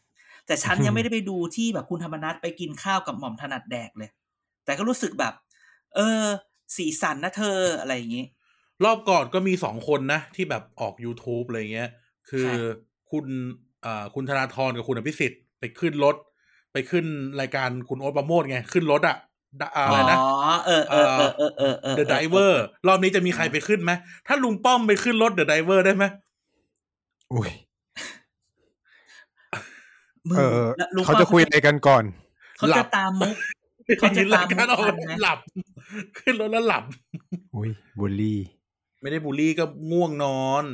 [SPEAKER 3] แต่ฉันยังไม่ได้ไปดูที่แบบคุณธรรมนัทไปกินข้าวกับหม่อมถนัดแดกเลย แต่ก็รู้สึกแบบ เออ สีสันนะเธออะไรอย่างงี้
[SPEAKER 2] รอบก่อนก็มีสองคนนะ ที่แบบออก YouTube อะไรเงี้ย คือ
[SPEAKER 3] ค่ะ
[SPEAKER 2] คุณอ่าคุณธนาธรกับคุณอภิสิทธิ์ไปขึ้นรถ ไปขึ้นรายการคุณโอ๊ตปราโมดไง ขึ้นรถอะดะอะ
[SPEAKER 3] อ๋
[SPEAKER 2] ไรนะ
[SPEAKER 3] อเออเออเออเออเออเออ
[SPEAKER 2] The Diver รอบนี้จะมีใครไปขึ้นไหมถ้าลุงป้อมไปขึ้นรถ The Diver ได้ไหม
[SPEAKER 4] อุ้ย
[SPEAKER 3] มึง
[SPEAKER 4] เออ
[SPEAKER 3] แล้วลุง
[SPEAKER 4] เขา
[SPEAKER 3] ป้อม
[SPEAKER 4] จะคุยอะไรกันก่อน
[SPEAKER 3] เขาจะตามมุก เขาจะ
[SPEAKER 2] หลั
[SPEAKER 3] ตาม
[SPEAKER 2] กันเอา
[SPEAKER 3] ทันไหม
[SPEAKER 2] หลับ ขึ้นรถแล้วหลับ
[SPEAKER 4] อุ้ยบุลลี่
[SPEAKER 2] ไม่ได้บูลลี่ก็ง่วงนอน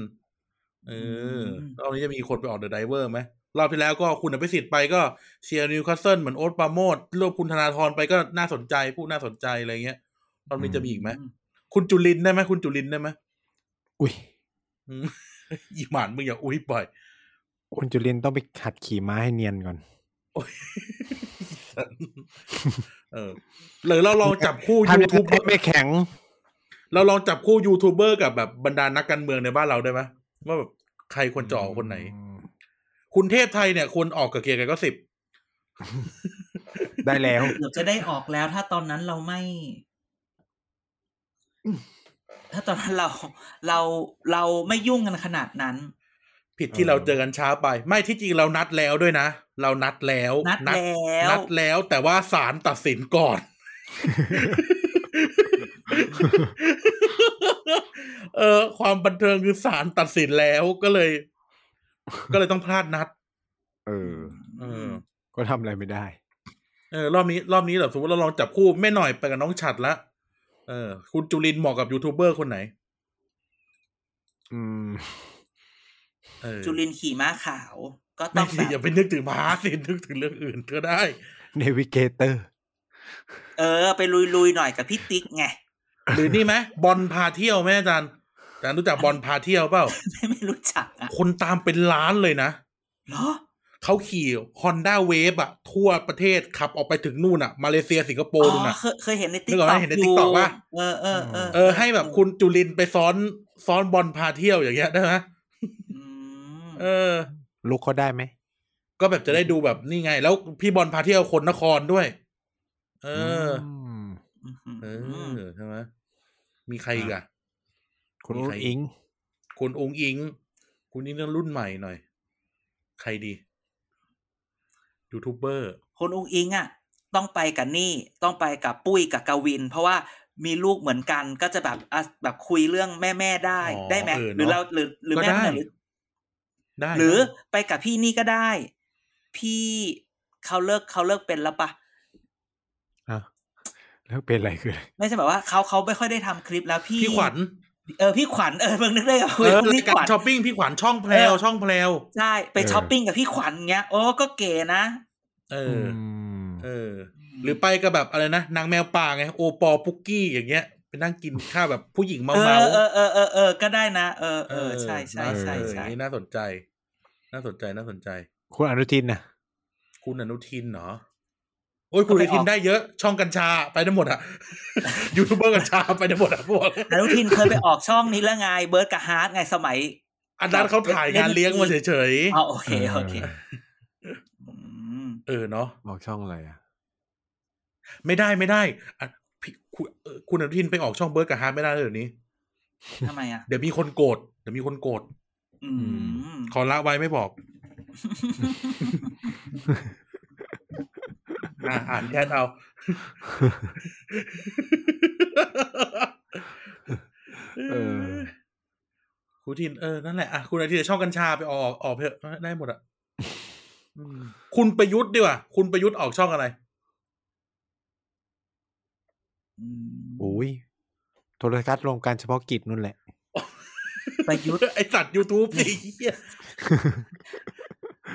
[SPEAKER 2] เอออ
[SPEAKER 3] ม
[SPEAKER 2] รอบนี้จะมีคนไปออกเดอะไดเวอร์ไหมรอบที่แล้วก็คุณอภิสิทธิ์ไปก็เชียร์นิวคาสเซิลเหมือนโอ๊ตปราโมดรวบคุณธนาธรไปก็น่าสนใจผู้น่าสนใจอะไรเงี้ย รอบนี้จะมีอีกไหม คุณจุลินได้ไหมคุณจุลินได้ไหม
[SPEAKER 4] อุ้ย
[SPEAKER 2] อืม อีหมานมึงอย่าอุ้ยปล่อย
[SPEAKER 4] คุณจุลินต้องไปหัดขี่ม้าให้เนียนก่อน
[SPEAKER 2] เออหรือเราลองจับ คู่
[SPEAKER 4] ทำ
[SPEAKER 2] ยู
[SPEAKER 4] ยัง
[SPEAKER 2] ทูบ
[SPEAKER 4] ไงให้ไม่แข็ง
[SPEAKER 2] เราลองจับคู่ยูทูบเบอร์กับแบบบรรดานักการเมืองในบ้านเราได้ไหมว่าแบบใครควรจะออกคนไหน คุณเทพไทยเนี่ยควรออกกับเกียร์กันก็สิบ
[SPEAKER 4] ได้แล้ว
[SPEAKER 3] เกือบจะได้ออกแล้ว ถ้าตอนนั้นเราไม่ ถ้าตอนนั้นเรา เราเราไม่ยุ่งกันขนาดนั้น
[SPEAKER 2] ผิดที่
[SPEAKER 4] เออ
[SPEAKER 2] เราเจอกันช้าไป ไม่ที่จริงเรานัดแล้วด้วยนะ เรานัดแล้ว
[SPEAKER 3] นัดแล้ว
[SPEAKER 2] นัดแล้วแต่ว่าศาลตัดสินก่อน เออ ความบันเทิงคือศาลตัดสินแล้วก็เลย ก็เลยต้องพลาดนัด
[SPEAKER 4] เออ
[SPEAKER 2] เออ
[SPEAKER 4] ก็ทำอะไรไม่ได้
[SPEAKER 2] เออรอบนี้รอบนี้แบบสมมติเราลองจับคู่แม่หน่อยไปกับน้องฉัดละเออ คุณจุลินเหมาะกับยูทูบเบอร์คนไหน
[SPEAKER 4] อืม
[SPEAKER 2] เออ
[SPEAKER 3] จุลินขี่ม้าขาวก็ต้
[SPEAKER 2] ไม่
[SPEAKER 3] อง
[SPEAKER 2] สิ
[SPEAKER 3] แบ
[SPEAKER 2] อย่า
[SPEAKER 3] บ
[SPEAKER 2] ไปนึกถึงพาสินึกถึงเรื่องอื่นก็ได้
[SPEAKER 4] เนวิเกเตอร์
[SPEAKER 3] เออ ไปลุยลุยๆหน่อยกับพี่ติ๊กไง
[SPEAKER 2] หรือนี่ไหมบอลพาเที่ยวแม่อาจารย์อาจารย์รู้จักบอลพาเที่ยวเปล่า
[SPEAKER 3] ไม่รู้จักอ่ะ
[SPEAKER 2] คนตามเป็นล้านเลยนะ
[SPEAKER 3] เหรอ
[SPEAKER 2] เขาขี่ Honda Wave อะทั่วประเทศขับออกไปถึงนู่นอะมาเลเซียสิงคโป
[SPEAKER 3] อ๋
[SPEAKER 2] ร์นู่น
[SPEAKER 3] อ
[SPEAKER 2] อะ
[SPEAKER 3] เคยเคยเห็นใน
[SPEAKER 2] นึ
[SPEAKER 3] ติ๊ก
[SPEAKER 2] กออก
[SPEAKER 3] ต็
[SPEAKER 2] ไห
[SPEAKER 3] อ
[SPEAKER 2] ม
[SPEAKER 3] ก
[SPEAKER 2] เห็นใน TikTok ปะ
[SPEAKER 3] เออเออเออ
[SPEAKER 2] เออให้แบบคุณจุลินไปซ้อนซ้อนบอลพาเที่ยวอย่างเงี้ยได้ไหม
[SPEAKER 3] อืม
[SPEAKER 2] เออ
[SPEAKER 4] ลุกเขาได้ไหม
[SPEAKER 2] ก็แบบจะได้ดูแบบนี่ไง แล้วพี่บอลพาเที่ยวคนนครด้วย เออ
[SPEAKER 4] ม
[SPEAKER 2] อเออใช่ไหมมีใครอีกอะ
[SPEAKER 4] คุณ
[SPEAKER 2] มี
[SPEAKER 4] อุ้
[SPEAKER 2] ใคร
[SPEAKER 4] งอิง
[SPEAKER 2] คุณองค์อิง คุณนี่เรื่องรุ่นใหม่หน่อย ใครดียูทูบเบอร์
[SPEAKER 3] คนอุ้งอิงอ่ะ ต้องไปกับนี่ต้องไปกับปุ้ยกับกวิน เพราะว่า มีลูกเหมือนกันก็จะแบบอ่ะแบบคุยเรื่องแม่แม่ๆได้
[SPEAKER 2] อ๋อ
[SPEAKER 3] ได้ไหม
[SPEAKER 2] เออ
[SPEAKER 3] หรือ
[SPEAKER 2] เนอะ
[SPEAKER 3] เราหรือหรือ
[SPEAKER 2] ก็
[SPEAKER 3] แม่
[SPEAKER 2] ได้
[SPEAKER 3] เนี่ยหรือ
[SPEAKER 2] ได้
[SPEAKER 3] หรือ
[SPEAKER 2] นะ
[SPEAKER 3] ไปกับพี่นี่ก็ได้ พี่เขาเลิกเขาเลิกเป็นแล้วปะ
[SPEAKER 4] แล้วเป็นอะไรคืออะไร
[SPEAKER 3] ไม่ใช่แบบว่าเขาเขาไม่ค่อยได้ทำคลิปแล้วพี่
[SPEAKER 2] พี่ขวัญ
[SPEAKER 3] เออพี่ขวัญเออเพิ่งนึกได้ว่า
[SPEAKER 2] เออรา
[SPEAKER 3] พี่
[SPEAKER 2] ย
[SPEAKER 3] ข
[SPEAKER 2] การ
[SPEAKER 3] วัญ
[SPEAKER 2] ช้อปปิ้งพี่ขวัญช่องแพลว
[SPEAKER 3] เออ
[SPEAKER 2] ช่องแพลว
[SPEAKER 3] ใช่ไป
[SPEAKER 4] เออ
[SPEAKER 3] ช้อปปิ้งกับพี่ขวัญเงี้ยโอ้ก็เก๋นะ
[SPEAKER 2] เอออ
[SPEAKER 4] ม
[SPEAKER 2] เออ หรือไปกับแบบอะไรนะนางแมวป่าไงโอปอปุกกี้อย่างเงี้ยไปนั่งกินข้าวแบบผู้หญิงเมา
[SPEAKER 3] เอ
[SPEAKER 2] เมา
[SPEAKER 3] อเออเออเออเออก็ได้นะ เออเออใช่ใช่ใช่
[SPEAKER 2] เอออ
[SPEAKER 3] ใช่
[SPEAKER 2] ย่างนี้น่าสนใจ น่าสนใจน่าสนใจ
[SPEAKER 4] คุณอนุทินนะ
[SPEAKER 2] คุณอนุทินเหรอโอ้ยคุณอนุทินได้เยอะช่องกัญชาไปได้หมดอะ ยูทูบเบอร์กัญชาไปได้หมดอะพวก
[SPEAKER 3] อนุทินเคยไปออกช่องนี้และไงเบิร์ดกับฮาร์ดไงสมัย
[SPEAKER 2] อันนั้นเขาถ่ายงานเลี้ยงมาเฉย
[SPEAKER 3] เอาโอเคโอเคม
[SPEAKER 2] ๆเออเนาะ
[SPEAKER 4] ออกช่องอะไรอ่ะ
[SPEAKER 2] ไม่ได้ไม่ได้อ่ะพี่คุณเอ่อคุณอนุทินไปออกช่องเบิร์ดกับฮาร์ดไม่ได้เลยเดี๋ยวนี้
[SPEAKER 3] ทำไมอ่ะ
[SPEAKER 2] เดี๋ยวมีคนโกรธเดี๋ยวมีคนโกรธ
[SPEAKER 3] อืม
[SPEAKER 2] ขอละไว้ไม่บอกอ่ะอ่านแชทเอา
[SPEAKER 4] เออ
[SPEAKER 2] คุณอนุทินเออนั่นแหละอ่ะคุณอนุทินจะช่องกัญชาไปออกออกไปเถอะได้หมดอ่ะอืมคุณประยุทธ์ดีกว่าคุณประยุทธ์ออกช่องอะไร
[SPEAKER 4] โอ้ยโทรทัศน์รวมการเฉพาะกิจนู่นแหละ
[SPEAKER 3] ประยุทธ์
[SPEAKER 2] ไอสัตว์ยูทูบสิเหี้ย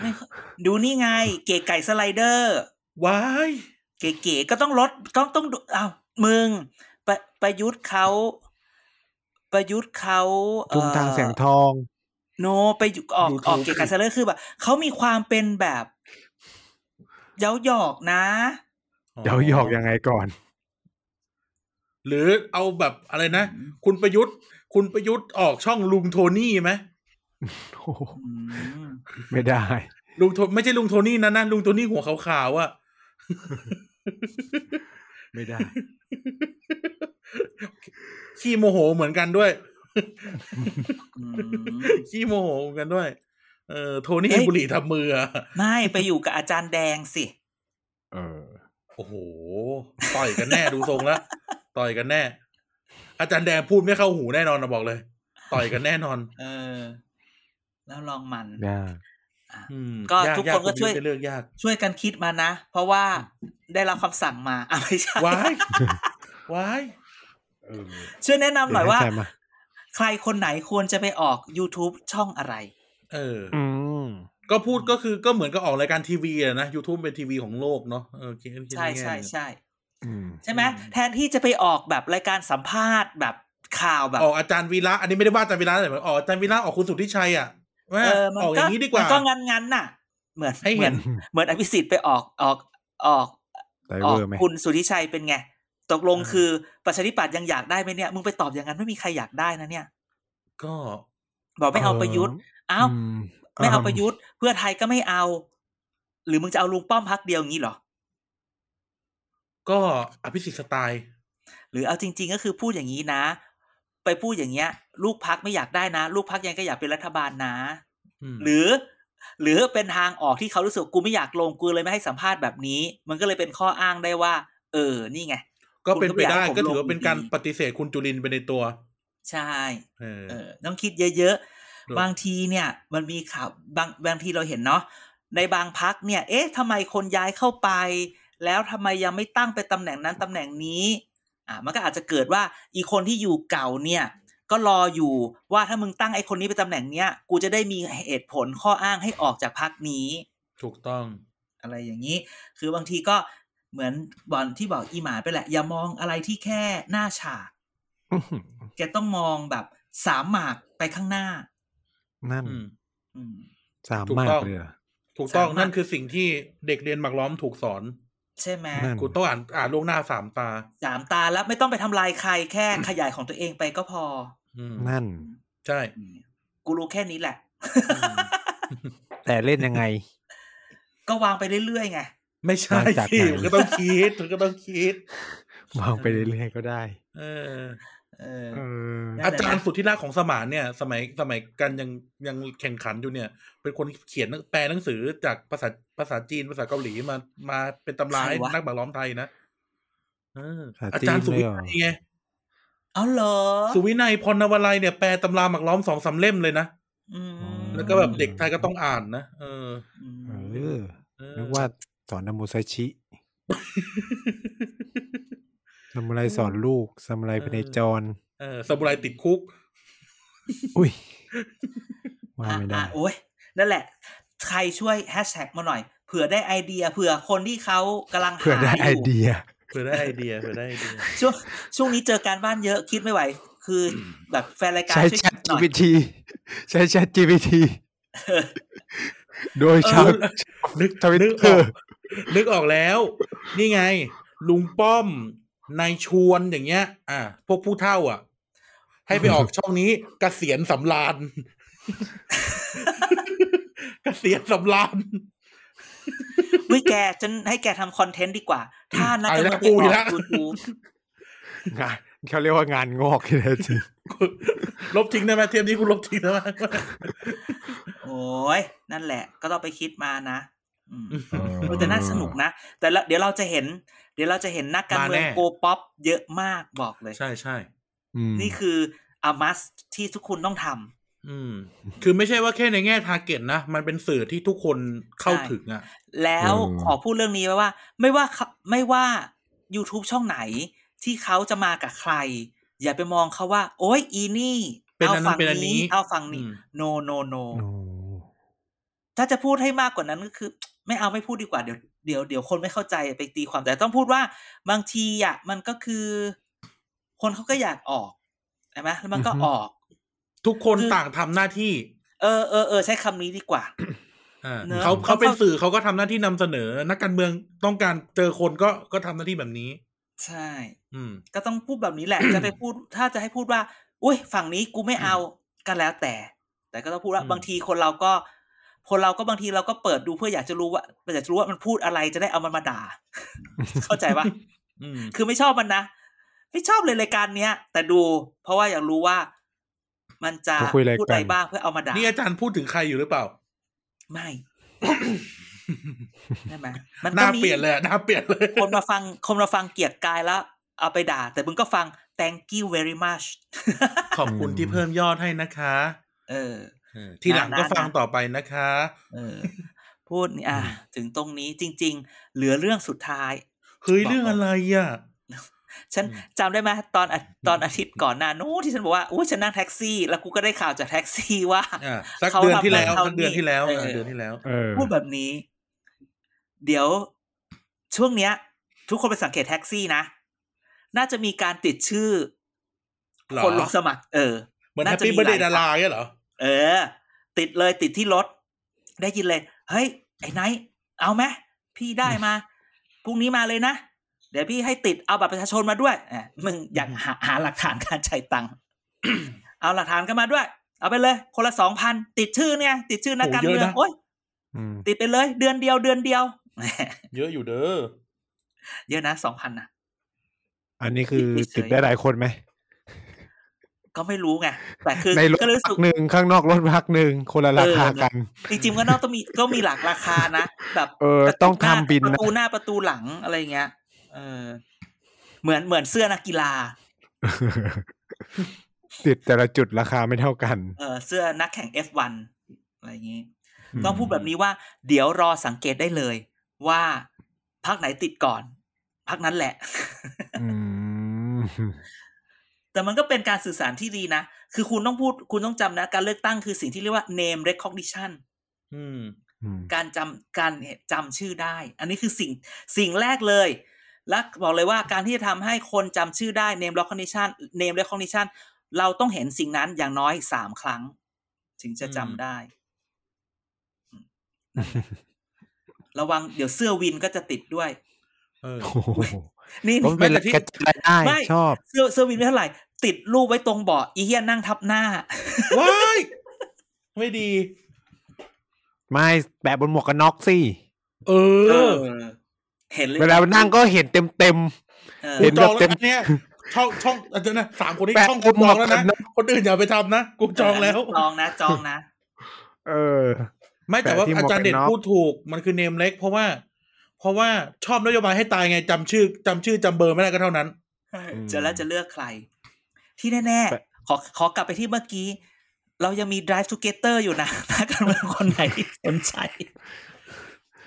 [SPEAKER 3] ไม่ค่อยดูนี่ไง เก๋ไก่สไลเดอร์
[SPEAKER 2] ว้าย
[SPEAKER 3] เก๋ๆก็ต้องลดต้องต้องดูอ้าวมึงประประยุทธ์เขาประยุทธ์เขาเอ่อ
[SPEAKER 4] ทุ่มทางแสงทอง
[SPEAKER 3] โนไปอยู่ออกออกเก๋ไก่สไลเดอร์คือแบบเขามีความเป็นแบบเย้าหยอกนะ
[SPEAKER 4] เดี๋ยวหยอกยังไงก่อน
[SPEAKER 2] หรือเอาแบบอะไรนะ คุณประยุทธ์ คุณประยุทธ์ออกช่องลุงโทนี่ไหม
[SPEAKER 4] โอ้โห
[SPEAKER 3] อืม
[SPEAKER 4] ไม่ได้
[SPEAKER 2] ลุงโทไม่ใช่ลุงโทนี่นะนะลุงโทนี่หัวขาวๆอะ
[SPEAKER 4] ไม่ได้
[SPEAKER 2] ขี้โมโหเหมือนกันด้วย
[SPEAKER 3] อืม
[SPEAKER 2] ขี้โมโหเหมือนกันด้วย เออโทนี่
[SPEAKER 3] เฮ้ย
[SPEAKER 2] บุหรี่ทำมืออะ
[SPEAKER 3] ไม่ไปอยู่กับอาจารย์แดงสิ
[SPEAKER 4] เออ
[SPEAKER 2] โอ้โห ต่อยกันแน่ดูทรงแล้วต่อยกันแน่ อาจารย์แดงพูดไม่เข้าหูแน่นอนนะบอกเลย ต่อยกันแน่นอน
[SPEAKER 3] เออ แล้วลองมัน
[SPEAKER 4] ได้
[SPEAKER 3] อ่ะ
[SPEAKER 2] อืม
[SPEAKER 3] ก็ทุกคนก็
[SPEAKER 2] ณ
[SPEAKER 3] ช่วย
[SPEAKER 2] ประทธ์เลือกยาก
[SPEAKER 3] ช่วยกันคิดมานะ เพราะว่าได้รับคำสั่งมาอ่ะไม่ใช่
[SPEAKER 2] ว้ายว้าย
[SPEAKER 3] ช่วยแนะนำหน่อยว่า
[SPEAKER 4] เดี๋ยวให้แซมมา
[SPEAKER 3] ใครคนไหนควรจะไปออก YouTube ช่องอะไร
[SPEAKER 2] เอออ
[SPEAKER 4] อืม
[SPEAKER 2] ก็พูดก็คือก็เหมือนกับออกรายการทีวีอะนะ YouTube เป็นทีวีของโลกเนาะเออคิดคิด
[SPEAKER 3] ใช่
[SPEAKER 2] นแง่
[SPEAKER 3] ใช่
[SPEAKER 2] หนึ่ง
[SPEAKER 3] ใช่
[SPEAKER 4] อืม
[SPEAKER 3] ใช่ไหมแทนที่จะไปออกแบบรายการสัมภาษณ์แบบข่าวแบบ
[SPEAKER 2] ออกอาจารย์วีระอันนี้ไม่ได้ว่าอาจารย์วีระแต่เหมือนออกอาจารย์วีระออกคุณสุทธิชัยอ่ะว่า
[SPEAKER 3] เออ
[SPEAKER 2] ออกอย่างนี้ดีกว่า
[SPEAKER 3] มันก็งั้นงั้นๆน่ะ เหมือน
[SPEAKER 2] ให้
[SPEAKER 3] เห
[SPEAKER 2] เห็
[SPEAKER 3] มือน นเหมือนอภิสิทธิ์ไปออกออกออก
[SPEAKER 4] ได้
[SPEAKER 3] ออก
[SPEAKER 4] เวอร์ไหม
[SPEAKER 3] คุณสุทธิชัยเป็นไง ตกลง
[SPEAKER 2] เออ
[SPEAKER 3] คือประชาธิปัตย์ยังอยากได้ไหมเนี่ยมึงไปตอบอย่างนั้นไม่มีใครอยากได้นะเนี่ย
[SPEAKER 2] ก็
[SPEAKER 3] บอกไม่เอาประยุทธ์อ้าว
[SPEAKER 4] ม
[SPEAKER 3] ไม่เอาประยุทธ์ เพื่อไทยก็ไม่เอา หรือมึงจะเอาลุงป้อมพักเดียวอย่างนี้เหรอ
[SPEAKER 2] ก็อภิสิทธิ์สไตล์
[SPEAKER 3] หรือเอาจริง ๆ ก็คือพูดอย่างนี้นะ ไปพูดอย่างเงี้ย ลูกพักไม่อยากได้นะ ลูกพักยังก็อยากเป็นรัฐบาลนะ
[SPEAKER 2] ม
[SPEAKER 3] หรือ หรือเป็นทางออกที่เขารู้สึกกูไม่อยากลงกูเลยไม่ให้สัมภาษณ์แบบนี้ มันก็เลยเป็นข้ออ้างได้ว่า เออ นี่ไง
[SPEAKER 2] ก็เป็นไปได้
[SPEAKER 3] คุณ
[SPEAKER 2] ก็
[SPEAKER 3] ก็ไม่อยากให้ผม
[SPEAKER 2] ถือว่าเป็นการ
[SPEAKER 3] ลงอีก
[SPEAKER 2] ปฏิเสธคุณจุลินไปในตัว
[SPEAKER 3] ใช่
[SPEAKER 2] เออ
[SPEAKER 3] เออต้องคิดเยอะ
[SPEAKER 2] ครับ
[SPEAKER 3] ๆบางทีเนี่ย มันมีข่าวบางบางทีเราเห็นเนาะในบางพักเนี่ย เอ๊ะทำไมคนย้ายเข้าไป แล้วทำไมยังไม่ตั้งไปตำแหน่งนั้นตำแหน่งนี้อ่ะมันก็อาจจะเกิดว่าอีคนที่อยู่เก่าเนี่ย ก็รออยู่ว่าถ้ามึงตั้งไอ้คนนี้ไปตำแหน่งเนี้ยกูจะได้มีเหตุผลข้ออ้างให้ออกจากพักนี้
[SPEAKER 2] ถูกต้อง
[SPEAKER 3] อะไรอย่างนี้ คือบางทีก็เหมือนบอลที่บอกอีหมาไปแหละ อย่ามองอะไรที่แค่หน้าฉาก
[SPEAKER 4] อื้อหือ
[SPEAKER 3] แกต้องมองแบบสามหมากไปข้างหน้า
[SPEAKER 4] นั่น
[SPEAKER 2] อืม
[SPEAKER 3] อืม
[SPEAKER 4] สาม
[SPEAKER 2] ถูก
[SPEAKER 4] มา
[SPEAKER 2] ต้
[SPEAKER 4] ก
[SPEAKER 2] อง
[SPEAKER 4] เลยเหรอ
[SPEAKER 2] ถูกต้อง
[SPEAKER 3] สามารถ
[SPEAKER 2] นั่นคือสิ่งที่เด็กเรียนหมักล้อมถูกสอน
[SPEAKER 3] ใช่ไหม
[SPEAKER 4] นั่น
[SPEAKER 2] กูต้องอ่านอ่านล่วงหน้าสามตา
[SPEAKER 3] สามตาแล้วไม่ต้องไปทำลายใครแค่ขยายของตัวเองไปก็พอ
[SPEAKER 2] อืม
[SPEAKER 4] นั่น
[SPEAKER 2] ใช่
[SPEAKER 3] อืมกูรู้แค่นี้แหละ
[SPEAKER 2] อืม
[SPEAKER 4] แต่เล่นยังไง
[SPEAKER 3] ก็วางไปเรื่อยๆไง
[SPEAKER 2] ไม่ใช่
[SPEAKER 4] หลังจาก
[SPEAKER 2] สิ
[SPEAKER 4] นั้น
[SPEAKER 2] มันก็ต้องคิดมันก็ต้องคิด
[SPEAKER 4] วางไปเรื่อยๆก็ได้
[SPEAKER 2] เออ
[SPEAKER 3] เออ
[SPEAKER 4] เออ
[SPEAKER 3] ได้
[SPEAKER 2] อาจารย์สุทธิราชของสมานเนี่ย สมัยสมัยกันยังยังแข่งขันอยู่เนี่ย เป็นคนเขียนหนังแปลหนังสือจากภาษาภาษาจีนภาษาเกาหลีมามาเป็นตำราให้
[SPEAKER 3] ใครวะ
[SPEAKER 2] นักหมักล้อมไทยนะเออ
[SPEAKER 4] ภาษา
[SPEAKER 2] อาจารย์
[SPEAKER 4] จี
[SPEAKER 2] สุท
[SPEAKER 4] นเล
[SPEAKER 2] ธิ
[SPEAKER 4] ยเหรอ
[SPEAKER 2] ชัยไง
[SPEAKER 3] เอาเหรอ
[SPEAKER 2] สุวินัยพรนวลัยเนี่ยแปลตำราหมักล้อมสองสามเล่มเลยนะ
[SPEAKER 3] อืม
[SPEAKER 2] แล้วก็แบบเด็กไทยก็ต้องอ่านนะเออ
[SPEAKER 3] อืม
[SPEAKER 4] เออ
[SPEAKER 2] เออ
[SPEAKER 4] นึกว่าสอนนามูไซชิซามูไรสอนลูกซามูไรไปในจร
[SPEAKER 2] เออสมุไรติดคุก
[SPEAKER 4] อุ้ยว่า
[SPEAKER 3] อ่ะ
[SPEAKER 4] ไม่ได้
[SPEAKER 3] อ่ะโอ้ยนั่นแหละ ใครช่วยแฮชแท็กมาหน่อยเผื่อได้ไอเดียเผื่อคนที่เขากำลังหา
[SPEAKER 4] เพื่อได้ไอ
[SPEAKER 3] อยู่
[SPEAKER 4] เดีย
[SPEAKER 2] เผื่อได้ไอเดียเผื่อได้ไอเดีย
[SPEAKER 3] ช่วงช่วงนี้เจอการบ้านเยอะคิดไม่ไหว คือแบบแฟนรายการ
[SPEAKER 4] ใช้
[SPEAKER 3] ช่วยคิ
[SPEAKER 4] Chat
[SPEAKER 3] ดหน่อย
[SPEAKER 4] GPT ใช้ Chat GPT โดยชาว
[SPEAKER 2] นึก
[SPEAKER 4] ทวิต
[SPEAKER 2] นึก
[SPEAKER 4] เต
[SPEAKER 2] อ
[SPEAKER 4] อ
[SPEAKER 2] อ
[SPEAKER 4] ร์
[SPEAKER 2] กนึกออกแล้ว นี่ไง ลุงป้อมนายชวนอย่างเงี้ย อ่ะพวกผู้เท่าอ่ะ ให้ไปออกช่องนี้เกษียณสำราญ เกษียณสำราญ
[SPEAKER 3] วิแกฉันให้แกทำคอนเทนต์ดีกว่า ถ้านัก
[SPEAKER 2] ไป
[SPEAKER 3] การ
[SPEAKER 2] แล้ว
[SPEAKER 3] เมืองไป
[SPEAKER 2] กู
[SPEAKER 3] อ
[SPEAKER 2] อีก
[SPEAKER 3] อ
[SPEAKER 2] แล้ว
[SPEAKER 3] กยูทูบ
[SPEAKER 4] งานเขาเรียกว่างานงอกที่แท้จริง
[SPEAKER 2] ลบทิ้งได้ไหมเทปนี้คุณลบทิ้งได้ไหม
[SPEAKER 3] โอ้ยนั่นแหละ ก็ต้องไปคิดมานะอืม
[SPEAKER 4] เออ
[SPEAKER 3] แต่น่าสนุกนะ แต่ละเดี๋ยวเราจะเห็น เดี๋ยวเราจะเห็นนักการเมืองโกป๊อปเยอะมากบอกเลย
[SPEAKER 2] ใช่ใช่
[SPEAKER 4] อืม
[SPEAKER 3] นี่คืออามัสที่ทุกคนต้องทำ
[SPEAKER 2] อืม คือไม่ใช่ว่าแค่ในแง่ทาร์เก็ตนะ มันเป็นสื่อที่ทุกคนเข้าถึงอ่ะ
[SPEAKER 3] แล้วขอพูดเรื่องนี้ไว้ว่า ไม่ว่าเขาไม่ว่า YouTube ช่องไหน ที่เขาจะมากับใคร อย่าไปมองเขาว่า โอ้ยอีนี่
[SPEAKER 2] เป็นอั
[SPEAKER 3] เอา
[SPEAKER 2] นนั้น
[SPEAKER 3] ฝั่ง
[SPEAKER 2] เป็นอันนี้
[SPEAKER 3] นี้เอาฝั่งนี้
[SPEAKER 2] อืม
[SPEAKER 3] โนโนโน
[SPEAKER 4] โน
[SPEAKER 3] ถ้าจะพูดให้มากกว่านั้นก็คือ ไม่เอาไม่พูดดีกว่าเดี๋ยวเดี๋ยวเดี๋ยวคนไม่เข้าใจไปตีความแต่ต้องพูดว่าบางทีอ่ะมันก็คือ คนเขาก็อยากออกใช่ไหมแล้วมันก็ออก
[SPEAKER 2] ทุกคน
[SPEAKER 3] คือ
[SPEAKER 2] ต่างทำหน้าที่
[SPEAKER 3] เออเออเออใช้คำนี้ดีกว่า
[SPEAKER 2] อ่า
[SPEAKER 3] เนอะ
[SPEAKER 2] เขา
[SPEAKER 3] ต้อ
[SPEAKER 2] เขา
[SPEAKER 3] ง
[SPEAKER 2] เป็น
[SPEAKER 3] เข้า
[SPEAKER 2] สื่อเขาก็ทำหน้าที่นำเสนอ นักการเมืองต้องการเจอคนก็ก็ทำหน้าที่แบบนี้
[SPEAKER 3] ใช่
[SPEAKER 2] อืม
[SPEAKER 3] ก็ต้องพูดแบบนี้แหละ จะไปพูด ถ้าจะให้พูดว่า อุ้ยฝั่งนี้กูไม่เอาก็แล้วแต่ แต่ก็ต้องพูดว่า
[SPEAKER 2] อืม
[SPEAKER 3] บางทีคนเราก็ คนเราก็บางทีเราก็เปิดดูเพื่ออยากจะรู้ว่าอยากจะรู้ว่ามันพูดอะไรจะได้เอามันมาด่า เข้าใจปะ
[SPEAKER 2] อืม
[SPEAKER 3] คือไม่ชอบมันนะ ไม่ชอบเลยรายการเนี้ย แต่ดู เพราะว่าอยากรู้ว่า มันจะ
[SPEAKER 4] เขาคุยอะไรกัน
[SPEAKER 3] พูดอะไรบ้างเพื่อเอามาด่า
[SPEAKER 2] นี่อาจารย์พูดถึงใครอยู่หรือเปล่า
[SPEAKER 3] ไม่ ใช่ไหมมัน
[SPEAKER 2] ห
[SPEAKER 3] ก็
[SPEAKER 2] น้า
[SPEAKER 3] มี
[SPEAKER 2] เปลี่ยนเลยอะ หน้าเปลี่ยนเลย
[SPEAKER 3] คนมาฟังคนมาฟังเกลียดกายแล้ว เอาไปด่า แต่มึงก็ฟัง thank you very much
[SPEAKER 2] ขอบคุณที่เพิ่มยอดให้นะคะ
[SPEAKER 3] เออ
[SPEAKER 2] เออทีหลังก็
[SPEAKER 3] นะนะ
[SPEAKER 2] ฟังต่อไปนะคะ
[SPEAKER 3] เออ พูดนี่อ่ะ ถึงตรงนี้จริง ๆ เหลือเรื่องสุดท้าย
[SPEAKER 2] เฮ้ยเรื่องอะไรอ่ะ
[SPEAKER 3] ฉัน
[SPEAKER 2] อืม
[SPEAKER 3] จำได้ไหมตอนอาตอนอาทิตย์ก่อนหน้านู้นที่ฉันบอกว่าอู้ฉันนั่งแท็กซี่ แล้วกูก็ได้ข่าวจากแท็กซี่ว่า
[SPEAKER 2] อ่ะสัก
[SPEAKER 3] เขา
[SPEAKER 2] เดือนที่แล้ว
[SPEAKER 3] ทำแบบ
[SPEAKER 2] สักเดือนที่แล้ว
[SPEAKER 3] เออ
[SPEAKER 2] เออเดือนที่แล้ว
[SPEAKER 4] เออ
[SPEAKER 3] พูดแบบนี้ เดี๋ยวช่วงเนี้ย ทุกคนไปสังเกตแท็กซี่นะ น่าจะมีการติดชื่อ
[SPEAKER 2] หรอ
[SPEAKER 3] คนลงสมัคร เออ
[SPEAKER 2] เหมือนแฮป
[SPEAKER 3] น่าจะมี
[SPEAKER 2] ปี้เบอร์เดย์
[SPEAKER 3] ห
[SPEAKER 2] ดา
[SPEAKER 3] ลาย
[SPEAKER 2] ราเนี่ยเหรอ
[SPEAKER 3] เออ ติดเลยติดที่รถ ได้ยินเลย เฮ้ย ไอ้ไนท์เอาไหมพี่ได้มาพรุ่งนี้มาเลยนะ เดี๋ยวพี่ให้ติดเอาบัตรประชาชนมาด้วยอ่ะมึงอยากหาหาหลักฐานการใช้ตังค์ เอาหลักฐานก็มาด้วย เอาไปเลย คนละสองพันติดชื่อเนี่ย ติดชื่อนักการ
[SPEAKER 2] โอ้เย
[SPEAKER 3] เมื
[SPEAKER 2] อะ
[SPEAKER 3] อง
[SPEAKER 2] นะ
[SPEAKER 3] โอ้ย
[SPEAKER 4] อืม
[SPEAKER 3] ติดไปเลย เดือนเดียวเดือนเดียว
[SPEAKER 2] เยอะอยู่เด้อ
[SPEAKER 3] เยอะนะสองพันนะ
[SPEAKER 4] อันนี้คือ
[SPEAKER 3] ติดเฉย
[SPEAKER 4] ติดได้หลายคนไหม
[SPEAKER 3] ก็ไม่รู้ไง แต่คือ
[SPEAKER 4] ในรถ
[SPEAKER 3] ก็รู้
[SPEAKER 4] พั
[SPEAKER 3] สึ
[SPEAKER 4] ก
[SPEAKER 3] ก
[SPEAKER 4] หนึ่งข้างนอกรถพักหนึ่งคนละราคากัน
[SPEAKER 3] จริงๆก็นอกต้องมีก็มีหลากราคานะ แบบ
[SPEAKER 4] เออ
[SPEAKER 3] ประ
[SPEAKER 4] ต้อง
[SPEAKER 3] หา
[SPEAKER 4] ทำบิน
[SPEAKER 3] ป
[SPEAKER 4] นะ
[SPEAKER 3] ระตูหน้าประตูหลังอะไรเงี้ยเออ เหมือนเหมือนเสื้อนักกีฬา
[SPEAKER 4] ติดแต่ละจุดราคาไม่เท่ากัน
[SPEAKER 3] เออเสื้อนักแข่ง F1 อะไรอย่างงี้ ต้องพูดแบบนี้ว่า เดี๋ยวรอสังเกตได้เลย ว่าพักไหนติดก่อนพักนั้นแหละ
[SPEAKER 4] อืม
[SPEAKER 3] แต่มันก็เป็นการสื่อสารที่ดีนะ คือคุณต้องพูดคุณต้องจำนะ การเลือกตั้งคือสิ่งที่เรียกว่า name recognition
[SPEAKER 2] อืม
[SPEAKER 4] อืม
[SPEAKER 3] การจำการจำชื่อได้ อันนี้คือสิ่งสิ่งแรกเลย และบอกเลยว่าการที่จะทำให้คนจำชื่อได้ name recognition name recognition เราต้องเห็นสิ่งนั้นอย่างน้อยสามครั้ง ถึงจะจำได้อืมนั่นแหละระวังเดี๋ยวเสื้อวินก็จะติดด้วย
[SPEAKER 2] เออ
[SPEAKER 4] โอ้โห
[SPEAKER 3] นี่
[SPEAKER 4] ผมเป็น
[SPEAKER 2] ไม่แต่ที่
[SPEAKER 4] กระจายได้
[SPEAKER 3] ไม่
[SPEAKER 4] ชอบ
[SPEAKER 3] เสื้อเสื้อวินไม่เท่าไหร่ ติดรูปไว้ตรงเบาะอีเหี้ยนั่งทับหน้า
[SPEAKER 2] ว้าย ไม่ดี
[SPEAKER 4] ไม่แปะบนหมวกกันน็อกสิ
[SPEAKER 2] เอ
[SPEAKER 3] เอ
[SPEAKER 2] อ
[SPEAKER 3] อ เห็นเลย
[SPEAKER 4] เวลานั่งก็เห็นเต็มเต็ม
[SPEAKER 3] เออ
[SPEAKER 4] เห็
[SPEAKER 2] กูจอง
[SPEAKER 4] เต็
[SPEAKER 2] แล้ว
[SPEAKER 4] ม
[SPEAKER 2] อันเนี้ยช่องช่องอันเนี้ยนะสามคนนี้
[SPEAKER 4] แปะ
[SPEAKER 2] ช่องกูจองแล้ว
[SPEAKER 4] หมวกกั
[SPEAKER 2] นะ
[SPEAKER 4] นน็อก
[SPEAKER 2] คนอื่นอย่าไปทำนะกูจองแล้ว
[SPEAKER 3] จองนะ จองนะ
[SPEAKER 4] ๆเออ
[SPEAKER 2] ไม่แต่ว่า
[SPEAKER 4] แปะที่หมว
[SPEAKER 2] อาก
[SPEAKER 4] กั
[SPEAKER 2] จาร
[SPEAKER 4] นน็อก
[SPEAKER 2] ย์เด่นพูดถูกมันคือเนมเล็ก เพราะว่า เพราะว่าชอบนโยบายให้ตายไงจำชื่อจำชื่อจำเบอร์ไม่ได้ก็เท่านั้น
[SPEAKER 3] จะแล้วจะเลือกใคร ที่แน่ ๆ ขอขอกลับไปที่เมื่อกี้ เรายังมี drive together อยู่นะ ถ้าการเมืองคนไหนที่ สนใจ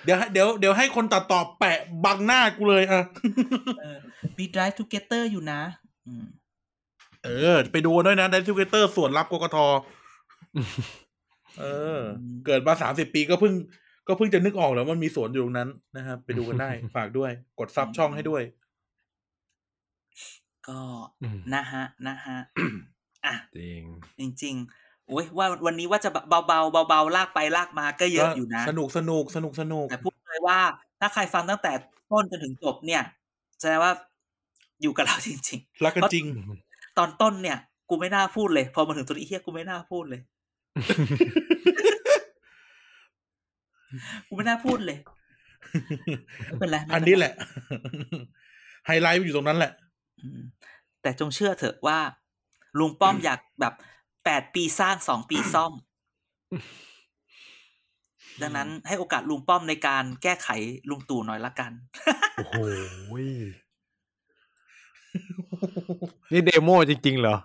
[SPEAKER 2] เดี๋ยวให้เดี๋ยวเดี๋ยวให้คนตัดต่อแปะบังหน้ากูเลยอ่ะ
[SPEAKER 3] เออมี drive together อยู่นะ อืม
[SPEAKER 2] เออ ไปดูด้วยนะไดซิเวเตอร์ส่วนรับกกตเออ เกิดมาสามสิบปีก็เพิ่ง ก็เพิ่งจะนึกออกแล้วมันมีสวนอยู่ตรงนั้นนะครับไปดูกันได้ ฝากด้วย กดซับช่องให้ด้วย
[SPEAKER 3] ก็
[SPEAKER 4] อืม
[SPEAKER 3] นะฮะ นะ ฮะ อ่ะ
[SPEAKER 4] จริง
[SPEAKER 3] จริงๆโอ้ยว่าวันนี้ว่าจะเบาๆเบาๆลากไปลากมาก็เยอะอยู่นะ
[SPEAKER 2] สนุกสนุกสนุกสนุก
[SPEAKER 3] แต่พูดเลยว่า ถ้าใครฟังตั้งแต่ต้นจนถึงจบเนี่ยแสดงว่าอยู่กับเราจ ริง
[SPEAKER 2] รักกันจริง
[SPEAKER 3] ๆ ตอนต้นเนี่ย กูไม่น่าพูดเลย พอมาถึงตัวนี้เฮียกูไม่น่าพูดเลย กูไม่น่าพูดเลยไม่เป็นไรไม่เป็ ไร
[SPEAKER 2] อันนี้แหละ ไฮไลท์มันอยู่ตรงนั้นแหละ
[SPEAKER 3] อืมแต่จงเชื่อเถอะว่า ลุงป้อมอยากแบบแปดปีสร้างสองปีซ่อม ดังนั้นให้โอกาสลุงป้อมในการแก้ไขลุงตู่หน่อยละกัน
[SPEAKER 4] โอ้โหยนี่เดโมจริง ๆ เหรอ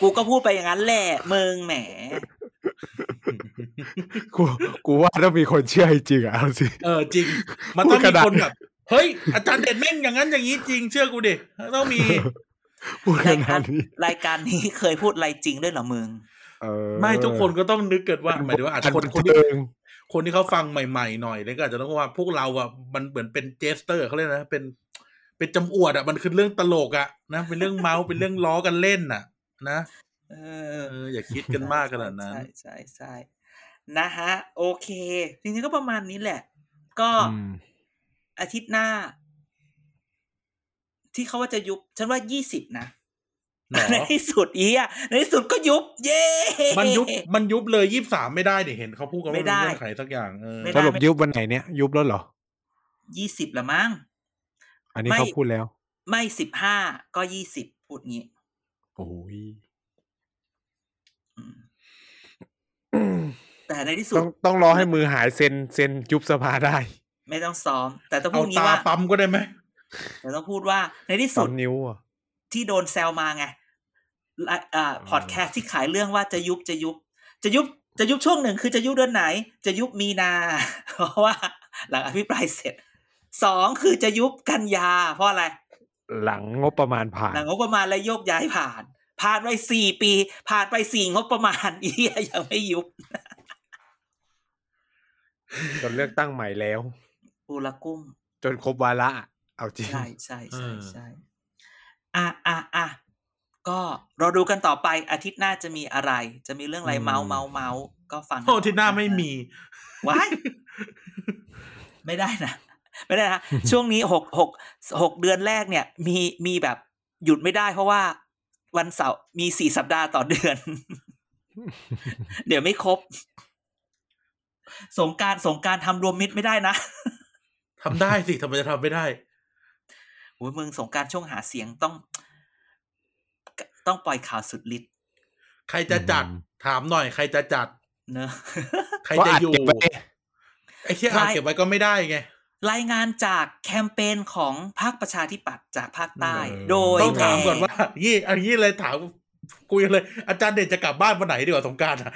[SPEAKER 3] กูก็พูดไปอย่างนั้นแหละมึงแหม
[SPEAKER 4] กู กูว่าต้องมีคนเชื่อจริงๆอ่ะเอาสิ
[SPEAKER 2] เออ จริง มันต้อง
[SPEAKER 4] พูด
[SPEAKER 2] มี
[SPEAKER 4] ขนาด
[SPEAKER 2] คนแบบเฮ้ย อาจารย์เด็ดแม่งอย่างนั้นอย่างนี้จริง เชื่อกูดิต้องมี
[SPEAKER 4] พูดข
[SPEAKER 3] รา
[SPEAKER 4] นาก
[SPEAKER 3] ยา
[SPEAKER 4] ด
[SPEAKER 3] ร
[SPEAKER 4] นี้
[SPEAKER 3] รายการนี้เคยพูดอะไรจริงด้วยเหรอมึง
[SPEAKER 4] เออ
[SPEAKER 2] ไม่ทุกคนก็ต้องนึกเกิดว่าหมายถึงว่าอาจจะคนคนที่
[SPEAKER 4] เอง
[SPEAKER 2] คนที่เขาฟังใหม่ๆหน่อยเนี่ยก็อาจจะต้องว่าพวกเราอ่ะมันเหมือนเป็นเจสเตอร์เขาเรียกนะเป็น เป็นจำอวดอ่ะมันคือเรื่องตลกอ่ะนะเป็นเรื่องเมาส์เป็นเรื่องล้อกันเล่นน่ะ นะ
[SPEAKER 3] เอ
[SPEAKER 2] เอ
[SPEAKER 3] อ
[SPEAKER 2] ออย่าคิดกันมากขนาดนั้น
[SPEAKER 3] ใช่ใช่ใช่นะฮะ โอเคจริงๆก็ประมาณนี้แหละ ก็
[SPEAKER 4] อืม
[SPEAKER 3] อาทิตย์หน้า ที่เขาว่าจะยุบ ฉันว่ายี่สิบนะ
[SPEAKER 2] หนอ
[SPEAKER 3] ในที่สุดเอียในที่สุดก็ยุบ เย้
[SPEAKER 2] มันยุบมันยุบเลยยี่สามไม่ได้เดี๋ยวเห็นเขาพูดกันว่า
[SPEAKER 3] ไม่
[SPEAKER 2] เป็น
[SPEAKER 3] ได้
[SPEAKER 2] เงื่อนไขสักอย่างเออ
[SPEAKER 3] ไม่
[SPEAKER 4] ส
[SPEAKER 3] ได้
[SPEAKER 4] รุปยุบวันไหนเนี่ย ยุบแล้วเหรอ
[SPEAKER 3] ยี่สิบละมั้ง
[SPEAKER 4] อันนี้
[SPEAKER 3] ไม่
[SPEAKER 4] เขาพูดแล้ว
[SPEAKER 3] ไม่สิบห้าก็ยี่สิบพูดงี้
[SPEAKER 4] โอ้ย
[SPEAKER 3] อืมแต่ในที่สุด
[SPEAKER 4] ต้องต้องรอให้มือหายเซ็นเซ็นยุบสภาได้
[SPEAKER 3] ไม่ต้องซ้อม แต่ต้องพู
[SPEAKER 2] เอา
[SPEAKER 3] ดงี้
[SPEAKER 2] ตา
[SPEAKER 3] ว่า
[SPEAKER 2] ปั๊มก็ได้ไหม
[SPEAKER 3] แต่ต้องพูดว่าในที่
[SPEAKER 4] ส
[SPEAKER 3] สุ
[SPEAKER 4] อ
[SPEAKER 3] ด
[SPEAKER 4] งนิ้วอ่ะ
[SPEAKER 3] ที่โดนแซวมาไงละอ่าพอดแคสต์ที่ขายเรื่องว่าจะยุบจะยุบ จะยุบจะยุบช่วงหนึ่งคือจะยุบเดือนไหน จะยุบมีนา เพราะว่า หลังอภิปรายเสร็จสองคือจะยุบกันยา เพราะอะไร
[SPEAKER 4] หลังงบประมาณผ่าน
[SPEAKER 3] หลังงบประมาณและโยกย้ายผ่าน ผ่านไปสี่ปี ผ่านไปสี่งบประมาณ อียยังไม่ยุบ
[SPEAKER 4] จนเลือกตั้งใหม่แล้ว
[SPEAKER 3] ปูละกุ้ม
[SPEAKER 4] จนครบวาระอะเอาจริง
[SPEAKER 3] ใช่ใช่ใช่ใช่อ่ะอ่ะอ่ะก็เราดูกันต่อไปอาทิตย์หน้าจะมีอะไร จะมีเรื่องอะไร
[SPEAKER 4] อืม
[SPEAKER 3] เมาส์เมาส์เมาส์ก็ฟัง
[SPEAKER 2] โอ้ที่หน้าไม่มี
[SPEAKER 3] ว้ายไม่ได้นะ ไม่ได้นะช่วงนี้หกหกหกเดือนแรกเนี่ย มีมีแบบหยุดไม่ได้เพราะว่าวันเสาร์มีสี่สัปดาห์ต่อเดือน เดี๋ยวไม่ครบ สงกรารสงกรารทำรวมมิตรไม่ได้นะ
[SPEAKER 2] ทำได้สิทำไมจะทำไม่ได้
[SPEAKER 3] โอ้ยมึงสงกรารช่วงหาเสียงต้อง ต้องปล่อยข่าวสุดฤทธิ์
[SPEAKER 2] ใครจะจัด
[SPEAKER 4] อืม
[SPEAKER 2] ถามหน่อย ใครจะจัด
[SPEAKER 3] เนอะ
[SPEAKER 2] ใคร
[SPEAKER 4] ก็
[SPEAKER 2] จะ
[SPEAKER 4] อาจ
[SPEAKER 2] อยู่
[SPEAKER 4] เก็บไว้
[SPEAKER 2] ไอ้ที่อาจ
[SPEAKER 3] ใช่
[SPEAKER 2] เก็บไว้ก็ไม่ได้ไง
[SPEAKER 3] รายงานจากแคมเปญของพรรคประชาธิปัตย์จากภาคใต้
[SPEAKER 4] เออ
[SPEAKER 3] โดย
[SPEAKER 2] ต้องถามก่อน
[SPEAKER 3] แ
[SPEAKER 2] ว่า ยี่อันนี้เลยถามคุยเลย อาจารย์เด่นจะกลับบ้านวันไหนดีกว่าสงกรารอ่ะ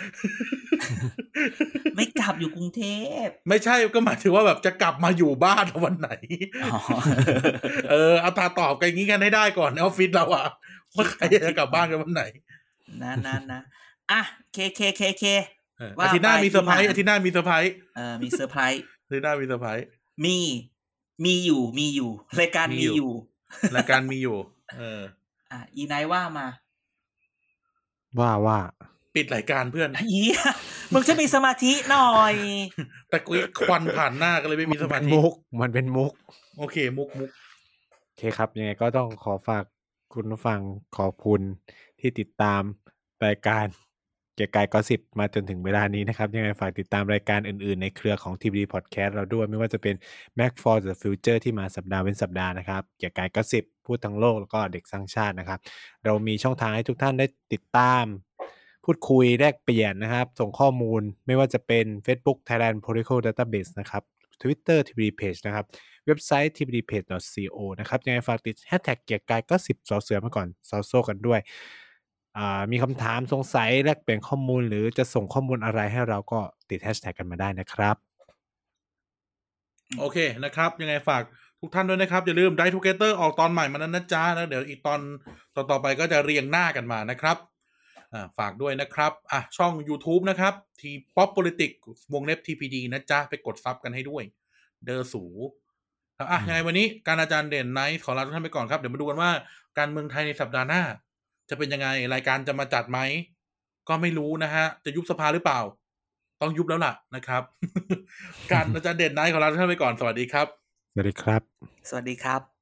[SPEAKER 3] ไม่กลับอยู่กรุงเทพ
[SPEAKER 2] ไม่ใช่ก็หมายถึงว่าแบบจะกลับมาอยู่บ้านวันไหน
[SPEAKER 3] อ๋อ
[SPEAKER 2] เออเอาตาตอบกันอย่างนี้กันให้ได้ก่อนในออฟฟิศเราอะว่าใครจะกลับบ้านกันวันไหน
[SPEAKER 3] นะนะนะอ่ะเคเคเคเค
[SPEAKER 2] เออ
[SPEAKER 3] ว่า
[SPEAKER 2] อาทิตย์หน้า
[SPEAKER 3] ไป
[SPEAKER 2] มีเซอร์ไพร
[SPEAKER 3] ที่
[SPEAKER 2] ส์
[SPEAKER 3] มา
[SPEAKER 2] อาทิตย์หน้ามีเซอร์ไพรส์
[SPEAKER 3] เออมีเซอร์ไพรส์
[SPEAKER 2] อาทิตย์หน้ามีเซอร์ไพรส์
[SPEAKER 3] มีมีอยู่มีอยู่รายการ
[SPEAKER 2] มี
[SPEAKER 3] มี
[SPEAKER 2] อยู่
[SPEAKER 3] อยู่
[SPEAKER 2] รายการมีอยู่ เออ
[SPEAKER 3] อ่ะอีไนท์ว่ามา
[SPEAKER 4] ว่าว่า
[SPEAKER 2] ปิดรายการเพื่อน
[SPEAKER 3] อีมึงจะมีสมาธิหน่อย
[SPEAKER 2] แต่กูควันผ่านหน้าก็เลยไม่มีสมา
[SPEAKER 4] มัน
[SPEAKER 2] ธิ
[SPEAKER 4] มุก มันเป็นมุก
[SPEAKER 2] โอเค มุกมุก
[SPEAKER 4] โอเคครับ ยังไงก็ต้องขอฝากคุณผู้ฟังขอบคุณที่ติดตามรายการเกียร์กายก็สิบมาจนถึงเวลานี้นะครับ ยังไงฝากติดตามรายการอื่นๆ ในเครือของทีวีพอดแคสต์เราด้วย ไม่ว่าจะเป็น Mac for the Future ที่มาสัปดาห์เว้นสัปดาห์นะครับเกียร์กายก็สิบพูดทั้งโลกแล้วก็เด็กสร้างชาตินะครับ เรามีช่องทางให้ทุกท่านได้ติดตาม พูดคุยแลกเปลี่ยนนะครับ ส่งข้อมูลไม่ว่าจะเป็น Facebook Thailand Political Database นะครับ Twitter TPD Page นะครับ เว็บไซต์ tpdpage.co นะครับ ยังไงฝากติดแฮชแท็กเกียร์กายก็สิบสอเสือมาก่อนซาวโซกันด้วยอ่ามีคำถามสงสัยแลกเปลี่ยนข้อมูล หรือจะส่งข้อมูลอะไรให้เราก็ติดแฮชแท็กกันมาได้นะครับ
[SPEAKER 2] โอเคนะครับ ยังไงฝากทุกท่านด้วยนะครับ อย่าลืมไดทูเกเตอร์ออกตอนใหม่มานั้นนะจ๊ะแล้วเดี๋ยวอีกตอนต่อต่อๆไปก็จะเรียงหน้ากันมานะครับอ่าฝากด้วยนะครับอ่ะช่อง YouTube นะครับทีป๊อป politics วงเล็บ TPD นะจ๊ะ ไปกดซับกันให้ด้วย เดอสูครับอ่ะ
[SPEAKER 4] อืม
[SPEAKER 2] ยังไงวันนี้การอาจารย์เด่นไนท์ขอลาทุกท่านไปก่อนครับ เดี๋ยวมาดูกันว่าการเมืองไทยในสัปดาห์หน้า จะเป็นยังไงรายการจะมาจัดไหม ก็ไม่รู้นะฮะ จะยุบสภาหรือเปล่า ต้องยุบแล้วล่ะนะครับ การอาจารย์เด่นไนท์ขอลาทุกท่านไปก่อนสวัสดีครับ
[SPEAKER 4] สวัสดีครับ
[SPEAKER 3] สวัสดีครับ